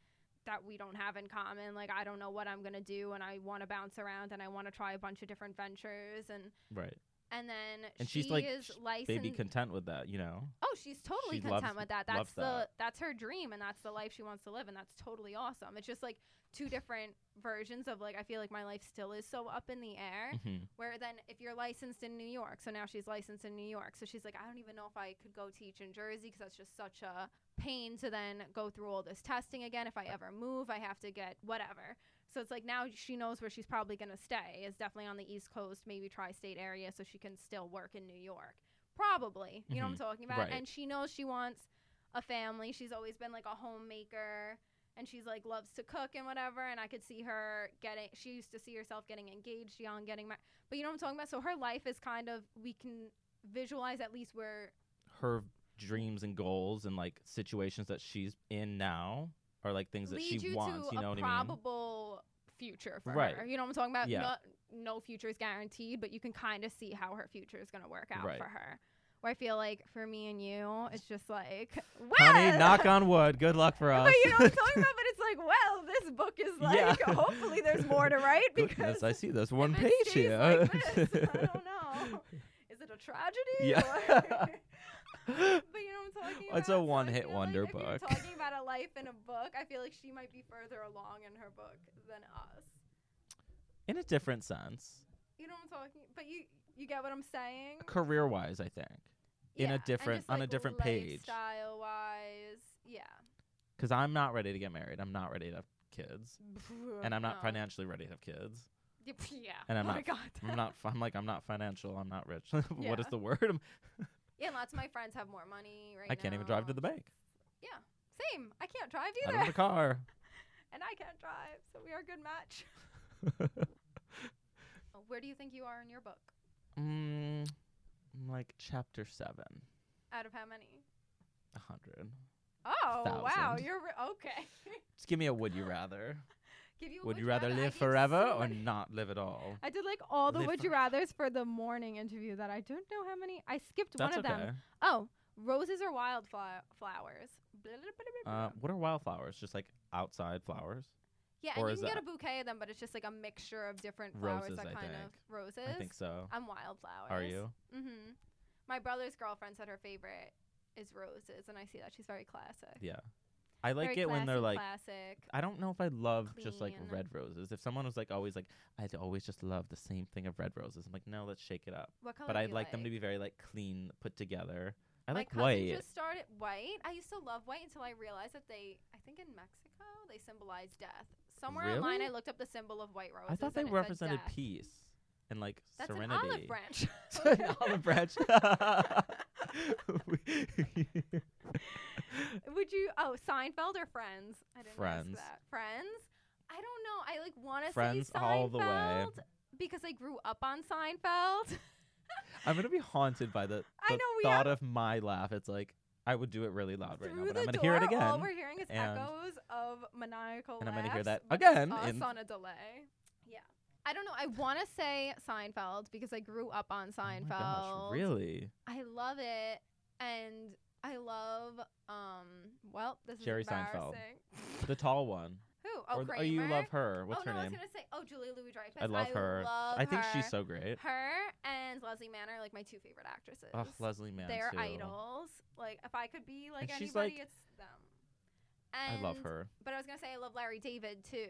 Speaker 1: that we don't have in common. Like I don't know what I'm going to do and I want to bounce around and I want to try a bunch of different ventures and
Speaker 2: Right.
Speaker 1: and then
Speaker 2: And
Speaker 1: she
Speaker 2: she's, like,
Speaker 1: is
Speaker 2: sh-
Speaker 1: licensed
Speaker 2: Baby content with that, you know.
Speaker 1: Oh, she's totally
Speaker 2: She loves-
Speaker 1: content with that. That's
Speaker 2: loves
Speaker 1: the
Speaker 2: that.
Speaker 1: that's her dream and that's the life she wants to live and that's totally awesome. It's just like two different versions of like I feel like my life still is so up in the air.
Speaker 2: hmm
Speaker 1: Where then if you're licensed in New York, so now she's licensed in New York. So she's like I don't even know if I could go teach in Jersey cuz that's just such a pain to then go through all this testing again if I ever move, I have to get whatever. So it's like now she knows where she's probably going to stay is definitely on the East Coast, maybe tri-state area so she can still work in New York. Probably. You know
Speaker 2: Mm-hmm.
Speaker 1: what I'm talking about?
Speaker 2: Right.
Speaker 1: And she knows she wants a family. She's always been like a homemaker and she's like loves to cook and whatever and I could see her getting she used to see herself getting engaged young, getting married. But you know what I'm talking about? So her life is kind of we can visualize at least where
Speaker 2: Her dreams and goals and like situations that she's in now are like things that
Speaker 1: lead
Speaker 2: she
Speaker 1: you
Speaker 2: wants.
Speaker 1: to
Speaker 2: You know
Speaker 1: a
Speaker 2: what I mean?
Speaker 1: probable future for
Speaker 2: Right.
Speaker 1: her. You know what I'm talking about?
Speaker 2: Yeah.
Speaker 1: No, no future is guaranteed, but you can kind of see how her future is going to work out
Speaker 2: Right.
Speaker 1: for her. Where I feel like for me and you, it's just like, well,
Speaker 2: Honey, knock on wood. Good luck for us.
Speaker 1: but you know what I'm talking about? But it's like, well, this book is like,
Speaker 2: Yeah.
Speaker 1: hopefully there's more to write because
Speaker 2: Goodness, I see there's
Speaker 1: if
Speaker 2: one
Speaker 1: it
Speaker 2: page
Speaker 1: stays
Speaker 2: here.
Speaker 1: like this, I don't know. Is it a tragedy?
Speaker 2: Yeah.
Speaker 1: or- But you know what I'm talking about.
Speaker 2: It's a
Speaker 1: So I
Speaker 2: one-hit
Speaker 1: feel
Speaker 2: wonder
Speaker 1: like If
Speaker 2: book.
Speaker 1: you're talking about a life in a book, I feel like she might be further along in her book than us.
Speaker 2: in a different sense,
Speaker 1: You know what I'm talking. But you you get what I'm saying.
Speaker 2: career-wise, I think, in a different- on a different page.
Speaker 1: Style wise, yeah.
Speaker 2: because I'm not ready to get married. I'm not ready to have kids, and I'm not
Speaker 1: No.
Speaker 2: financially ready to have kids.
Speaker 1: Yep, Yeah.
Speaker 2: and I'm
Speaker 1: oh
Speaker 2: not
Speaker 1: My God.
Speaker 2: I'm not. fi- I'm like I'm not financial. I'm not rich. What is
Speaker 1: Yeah.
Speaker 2: the word? I'm-
Speaker 1: yeah, lots of my friends have more money right
Speaker 2: I can't even drive to the
Speaker 1: now.
Speaker 2: bank.
Speaker 1: Same. I can't drive
Speaker 2: I
Speaker 1: either,
Speaker 2: don't have a car.
Speaker 1: and I can't drive, so we are a good match. Where do you think you are in your book?
Speaker 2: mm, I'm like chapter seven,
Speaker 1: Out of how many?
Speaker 2: a hundred.
Speaker 1: Oh wow,
Speaker 2: Thousand.
Speaker 1: you're re- okay.
Speaker 2: Just give me a would you rather.
Speaker 1: Give you a
Speaker 2: Would, you rather
Speaker 1: I gave
Speaker 2: live forever
Speaker 1: so
Speaker 2: or
Speaker 1: many-
Speaker 2: not live at all?
Speaker 1: I did like all the
Speaker 2: live
Speaker 1: would you
Speaker 2: forever?
Speaker 1: rather's for the morning interview that I don't know how many. I skipped
Speaker 2: That's
Speaker 1: one of
Speaker 2: okay.
Speaker 1: them. Oh, roses or wildflowers. Blah, blah, blah, blah,
Speaker 2: Uh,
Speaker 1: blah.
Speaker 2: what are wildflowers? Just like outside flowers?
Speaker 1: yeah, and
Speaker 2: or
Speaker 1: you
Speaker 2: is
Speaker 1: can get
Speaker 2: that-
Speaker 1: a bouquet of them, but it's just like a mixture of different flowers
Speaker 2: Roses,
Speaker 1: that
Speaker 2: I
Speaker 1: kind
Speaker 2: think.
Speaker 1: of roses.
Speaker 2: I think so.
Speaker 1: I'm wildflowers.
Speaker 2: Are you?
Speaker 1: Mm-hmm. My brother's girlfriend said her favorite is roses, and I see that she's very classic.
Speaker 2: Yeah. I like
Speaker 1: Very
Speaker 2: it when they're
Speaker 1: classy,
Speaker 2: like.
Speaker 1: classic.
Speaker 2: I don't know if I love just like
Speaker 1: clean.
Speaker 2: red roses. If someone was like always like, I'd always just love the same thing of red roses. I'm like, no, let's shake it up.
Speaker 1: What color?
Speaker 2: but
Speaker 1: do
Speaker 2: I
Speaker 1: you
Speaker 2: like, them to be very like clean, put together. I like
Speaker 1: my cousin
Speaker 2: white.
Speaker 1: just started white. I used to love white until I realized that they, I think in Mexico, they symbolize death. Somewhere online,
Speaker 2: Really?
Speaker 1: I looked up the symbol of white roses.
Speaker 2: I thought they
Speaker 1: and it said
Speaker 2: represented
Speaker 1: death.
Speaker 2: peace and like
Speaker 1: That's
Speaker 2: serenity.
Speaker 1: an olive branch.
Speaker 2: An olive branch.
Speaker 1: Would you? Oh, Seinfeld or Friends? I didn't
Speaker 2: Friends.
Speaker 1: Ask that. Friends. I don't know. I like want to
Speaker 2: Friends
Speaker 1: say Seinfeld
Speaker 2: all the way.
Speaker 1: because I grew up on Seinfeld.
Speaker 2: I'm gonna be haunted by the,
Speaker 1: I
Speaker 2: the
Speaker 1: know we
Speaker 2: thought of my laugh. It's like I would do it really loud right now,
Speaker 1: Through
Speaker 2: but
Speaker 1: the
Speaker 2: I'm gonna
Speaker 1: door,
Speaker 2: hear it again.
Speaker 1: all we're hearing is
Speaker 2: and-
Speaker 1: echoes of maniacal
Speaker 2: and I'm gonna hear
Speaker 1: laughs,
Speaker 2: that
Speaker 1: but it's
Speaker 2: again
Speaker 1: Us
Speaker 2: in-
Speaker 1: on a delay. Yeah, I don't know. I want to say Seinfeld because I grew up on
Speaker 2: Oh my
Speaker 1: Seinfeld.
Speaker 2: gosh, really?
Speaker 1: I love it, and I love. Um. Well, this
Speaker 2: Jerry
Speaker 1: is
Speaker 2: Seinfeld.
Speaker 1: embarrassing.
Speaker 2: the tall one.
Speaker 1: Who? Oh,
Speaker 2: or, the-
Speaker 1: Kramer.
Speaker 2: oh, you love her. What's
Speaker 1: oh,
Speaker 2: her
Speaker 1: no, I was
Speaker 2: name?
Speaker 1: gonna say. Oh, Julie Louis Dreyfus.
Speaker 2: I love her. I think she's
Speaker 1: her.
Speaker 2: so great.
Speaker 1: Her and Leslie Mann are like my two favorite actresses.
Speaker 2: Oh, Leslie Mann.
Speaker 1: They're
Speaker 2: too.
Speaker 1: idols. Like if I could be like
Speaker 2: And she's,
Speaker 1: anybody,
Speaker 2: like-
Speaker 1: it's them.
Speaker 2: I love
Speaker 1: And-
Speaker 2: her.
Speaker 1: But I was gonna say I love Larry David too.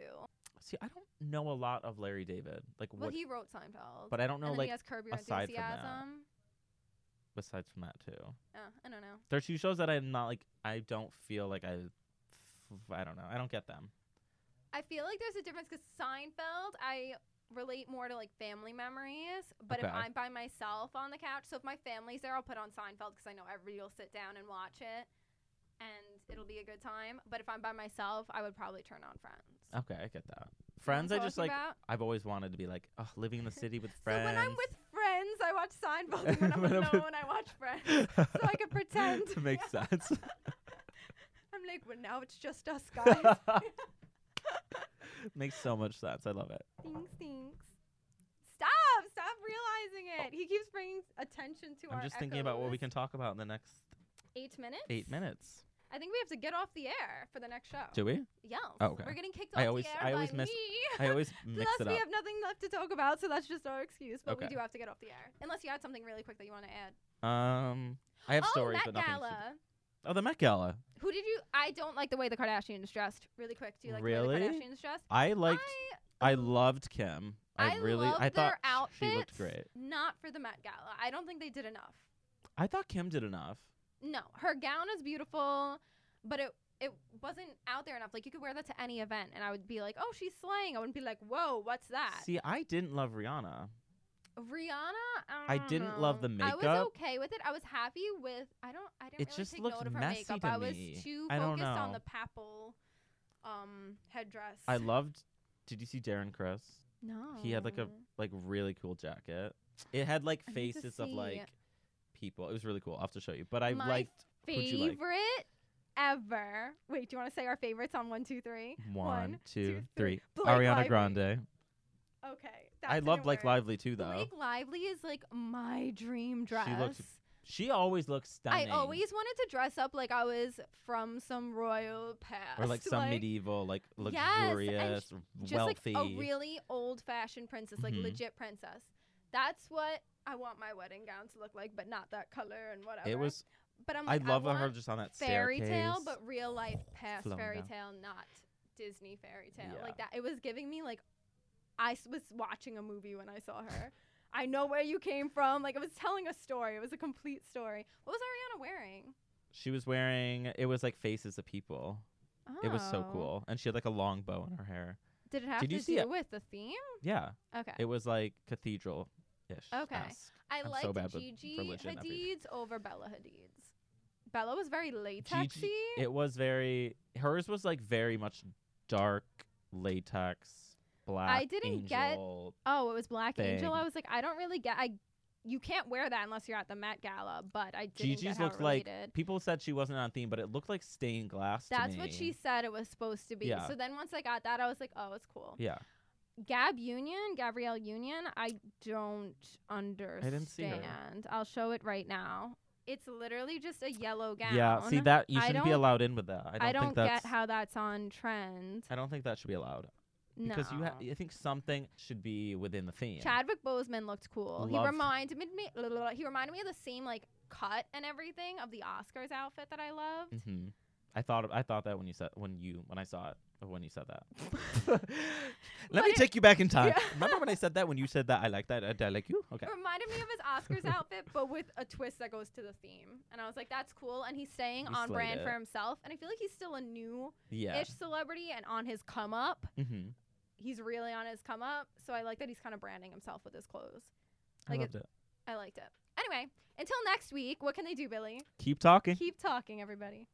Speaker 2: See, I don't know a lot of Larry David. Like
Speaker 1: Well,
Speaker 2: what?
Speaker 1: he wrote Seinfeld.
Speaker 2: but I don't know.
Speaker 1: and then
Speaker 2: Like
Speaker 1: he has Curb Your
Speaker 2: aside from that.
Speaker 1: Enthusiasm.
Speaker 2: besides from that too,
Speaker 1: Oh, I don't know.
Speaker 2: there are two shows that I'm not like. I don't feel like I. I don't know. I don't get them.
Speaker 1: I feel like there's a difference because Seinfeld, I relate more to like family memories. But if
Speaker 2: Okay.
Speaker 1: I'm by myself on the couch, so if my family's there, I'll put on Seinfeld because I know everybody will sit down and watch it, and it'll be a good time. But if I'm by myself, I would probably turn on Friends. You know
Speaker 2: Okay, I get that.
Speaker 1: what
Speaker 2: Uh, Friends, I
Speaker 1: I'm
Speaker 2: just
Speaker 1: talking
Speaker 2: like.
Speaker 1: about?
Speaker 2: I've always wanted to be like, oh, living in the city with friends.
Speaker 1: So when I'm with friends, I watch Seinfeld. and When I'm
Speaker 2: When I'm with-
Speaker 1: alone, I watch Friends. So I can pretend.
Speaker 2: Makes sense.
Speaker 1: I'm like, well, now it's just us guys.
Speaker 2: Makes so much sense. I love it.
Speaker 1: Thinks, thinks. Stop! Stop realizing it. He keeps bringing attention to our.
Speaker 2: I'm just thinking about what we can
Speaker 1: echoes.
Speaker 2: talk about in the next
Speaker 1: Eight minutes.
Speaker 2: eight minutes.
Speaker 1: I think we have to get off the air for the next show.
Speaker 2: Do we?
Speaker 1: Yes.
Speaker 2: Oh, okay.
Speaker 1: We're getting kicked off
Speaker 2: I always-
Speaker 1: the air
Speaker 2: I always
Speaker 1: by
Speaker 2: miss-
Speaker 1: me.
Speaker 2: I always mix
Speaker 1: Plus,
Speaker 2: it
Speaker 1: we
Speaker 2: up.
Speaker 1: have nothing left to talk about, so that's just our excuse. But we
Speaker 2: Okay.
Speaker 1: do have to get off the air, unless you had something really quick that you want to add.
Speaker 2: Um, I have
Speaker 1: oh,
Speaker 2: stories,
Speaker 1: Met
Speaker 2: but nothing.
Speaker 1: Gala.
Speaker 2: Oh, the Met Gala.
Speaker 1: Who did you? I don't like the way the Kardashians dressed. Really quick, do you like the way
Speaker 2: Really?
Speaker 1: the Kardashians dressed?
Speaker 2: I liked.
Speaker 1: I,
Speaker 2: I, loved Kim. I,
Speaker 1: I
Speaker 2: really.
Speaker 1: love
Speaker 2: I thought
Speaker 1: their outfits.
Speaker 2: she looked great.
Speaker 1: Not for the Met Gala. I don't think they did enough.
Speaker 2: I thought Kim did enough.
Speaker 1: No, her gown is beautiful, but it it wasn't out there enough. Like you could wear that to any event, and I would be like, oh, she's slaying. I wouldn't be like, whoa, what's that?
Speaker 2: See, I didn't love Rihanna.
Speaker 1: Rihanna. I,
Speaker 2: I
Speaker 1: don't
Speaker 2: didn't love
Speaker 1: know.
Speaker 2: the
Speaker 1: I was
Speaker 2: makeup.
Speaker 1: okay with it. I was happy with. I don't. I didn't
Speaker 2: It
Speaker 1: really
Speaker 2: just
Speaker 1: take
Speaker 2: looked
Speaker 1: note of her
Speaker 2: messy
Speaker 1: makeup.
Speaker 2: to
Speaker 1: I was
Speaker 2: me.
Speaker 1: too
Speaker 2: I don't
Speaker 1: focused on
Speaker 2: know.
Speaker 1: the papal, um, headdress.
Speaker 2: I loved. Did you see Darren Criss?
Speaker 1: no.
Speaker 2: He had like a like really cool jacket. It had like
Speaker 1: I need to
Speaker 2: faces of
Speaker 1: see.
Speaker 2: like people. It was really cool. I'll have to show you. But I
Speaker 1: My
Speaker 2: liked who'd you like?
Speaker 1: favorite ever. Wait, do you want to say our favorites on one, two, three?
Speaker 2: one, two,
Speaker 1: two,
Speaker 2: three.
Speaker 1: three. Blake
Speaker 2: Ariana
Speaker 1: Lively.
Speaker 2: Grande.
Speaker 1: Okay.
Speaker 2: I love Blake
Speaker 1: Lively
Speaker 2: Lively too, though.
Speaker 1: Blake Lively is like my dream dress.
Speaker 2: looks She always looks
Speaker 1: I
Speaker 2: stunning.
Speaker 1: always wanted to dress up like I was from some royal past,
Speaker 2: or like some medieval, like
Speaker 1: Yes, and
Speaker 2: luxurious,
Speaker 1: sh- just
Speaker 2: wealthy.
Speaker 1: like a really old-fashioned princess, like
Speaker 2: Mhm.
Speaker 1: legit princess. That's what I want my wedding gown to look like, but not that color and whatever.
Speaker 2: it was.
Speaker 1: But I'm
Speaker 2: I
Speaker 1: like,
Speaker 2: love her
Speaker 1: want
Speaker 2: just on that
Speaker 1: fairy
Speaker 2: staircase.
Speaker 1: tale, but real life past
Speaker 2: flowing
Speaker 1: fairy
Speaker 2: down.
Speaker 1: tale, not Disney fairy tale.
Speaker 2: Yeah.
Speaker 1: Like that, it was giving me like I s- was watching a movie when I saw her. I know where you came from. Like it was telling a story. It was a complete story. What was Ariana wearing?
Speaker 2: she was wearing. It was like faces of people. It was so
Speaker 1: Oh.
Speaker 2: cool, and she had like a long bow in her hair.
Speaker 1: Did it have
Speaker 2: Did
Speaker 1: to
Speaker 2: you see
Speaker 1: do
Speaker 2: it?
Speaker 1: with the theme?
Speaker 2: Yeah,
Speaker 1: Okay.
Speaker 2: it was like cathedral ish.
Speaker 1: Okay. I
Speaker 2: I'm so
Speaker 1: liked
Speaker 2: bad with
Speaker 1: Gigi
Speaker 2: religion,
Speaker 1: Hadid's
Speaker 2: everything.
Speaker 1: over Bella Hadid's. Bella was very latexy.
Speaker 2: It was very. Hers was like very much dark latex black.
Speaker 1: didn't get-
Speaker 2: angel
Speaker 1: oh, it was Black Angel. I
Speaker 2: thing.
Speaker 1: was like, I don't really get. I you can't wear that unless you're at the Met Gala. But I didn't
Speaker 2: Gigi's
Speaker 1: get how
Speaker 2: looked
Speaker 1: it
Speaker 2: like-
Speaker 1: related.
Speaker 2: People said she wasn't on theme, but it looked like stained glass. to
Speaker 1: That's what
Speaker 2: me.
Speaker 1: she said it was supposed to be.
Speaker 2: Yeah.
Speaker 1: So then once I got that, I was like, oh, it's cool.
Speaker 2: Yeah,
Speaker 1: Gab Union, Gabrielle Union, I don't understand.
Speaker 2: didn't see her.
Speaker 1: I'll show it right now. It's literally just a yellow gown.
Speaker 2: yeah. See that you
Speaker 1: I
Speaker 2: shouldn't be
Speaker 1: don't-
Speaker 2: allowed in with that. I don't,
Speaker 1: I don't,
Speaker 2: think
Speaker 1: get
Speaker 2: that's.
Speaker 1: how that's on trend.
Speaker 2: I don't think that should be allowed
Speaker 1: No.
Speaker 2: because you. Ha- I think something should be within the theme.
Speaker 1: Chadwick Boseman looked cool. He
Speaker 2: Loved-
Speaker 1: reminded me. He reminded me of the same like cut and everything of the Oscars outfit that I loved.
Speaker 2: hmm I thought. of- I thought that when you said when you when I saw it or when you said that. Let me
Speaker 1: it-
Speaker 2: take you back in time.
Speaker 1: Yeah.
Speaker 2: Remember when I said that? When you said that, I like that. I, I like you. Okay.
Speaker 1: It reminded me of his Oscars outfit, but with a twist that goes to the theme. And I was like, that's cool. And he's staying
Speaker 2: You
Speaker 1: on
Speaker 2: slayed
Speaker 1: brand
Speaker 2: it.
Speaker 1: for himself. And I feel like he's still a new
Speaker 2: Yeah.
Speaker 1: ish celebrity and on his come up.
Speaker 2: Mm-hmm.
Speaker 1: He's really on his come up. So I like that he's kind of branding himself with his clothes.
Speaker 2: I
Speaker 1: Like it-
Speaker 2: loved it.
Speaker 1: I liked it. Anyway, until next week, what can they do, Billy?
Speaker 2: Keep talking.
Speaker 1: Keep talking, everybody.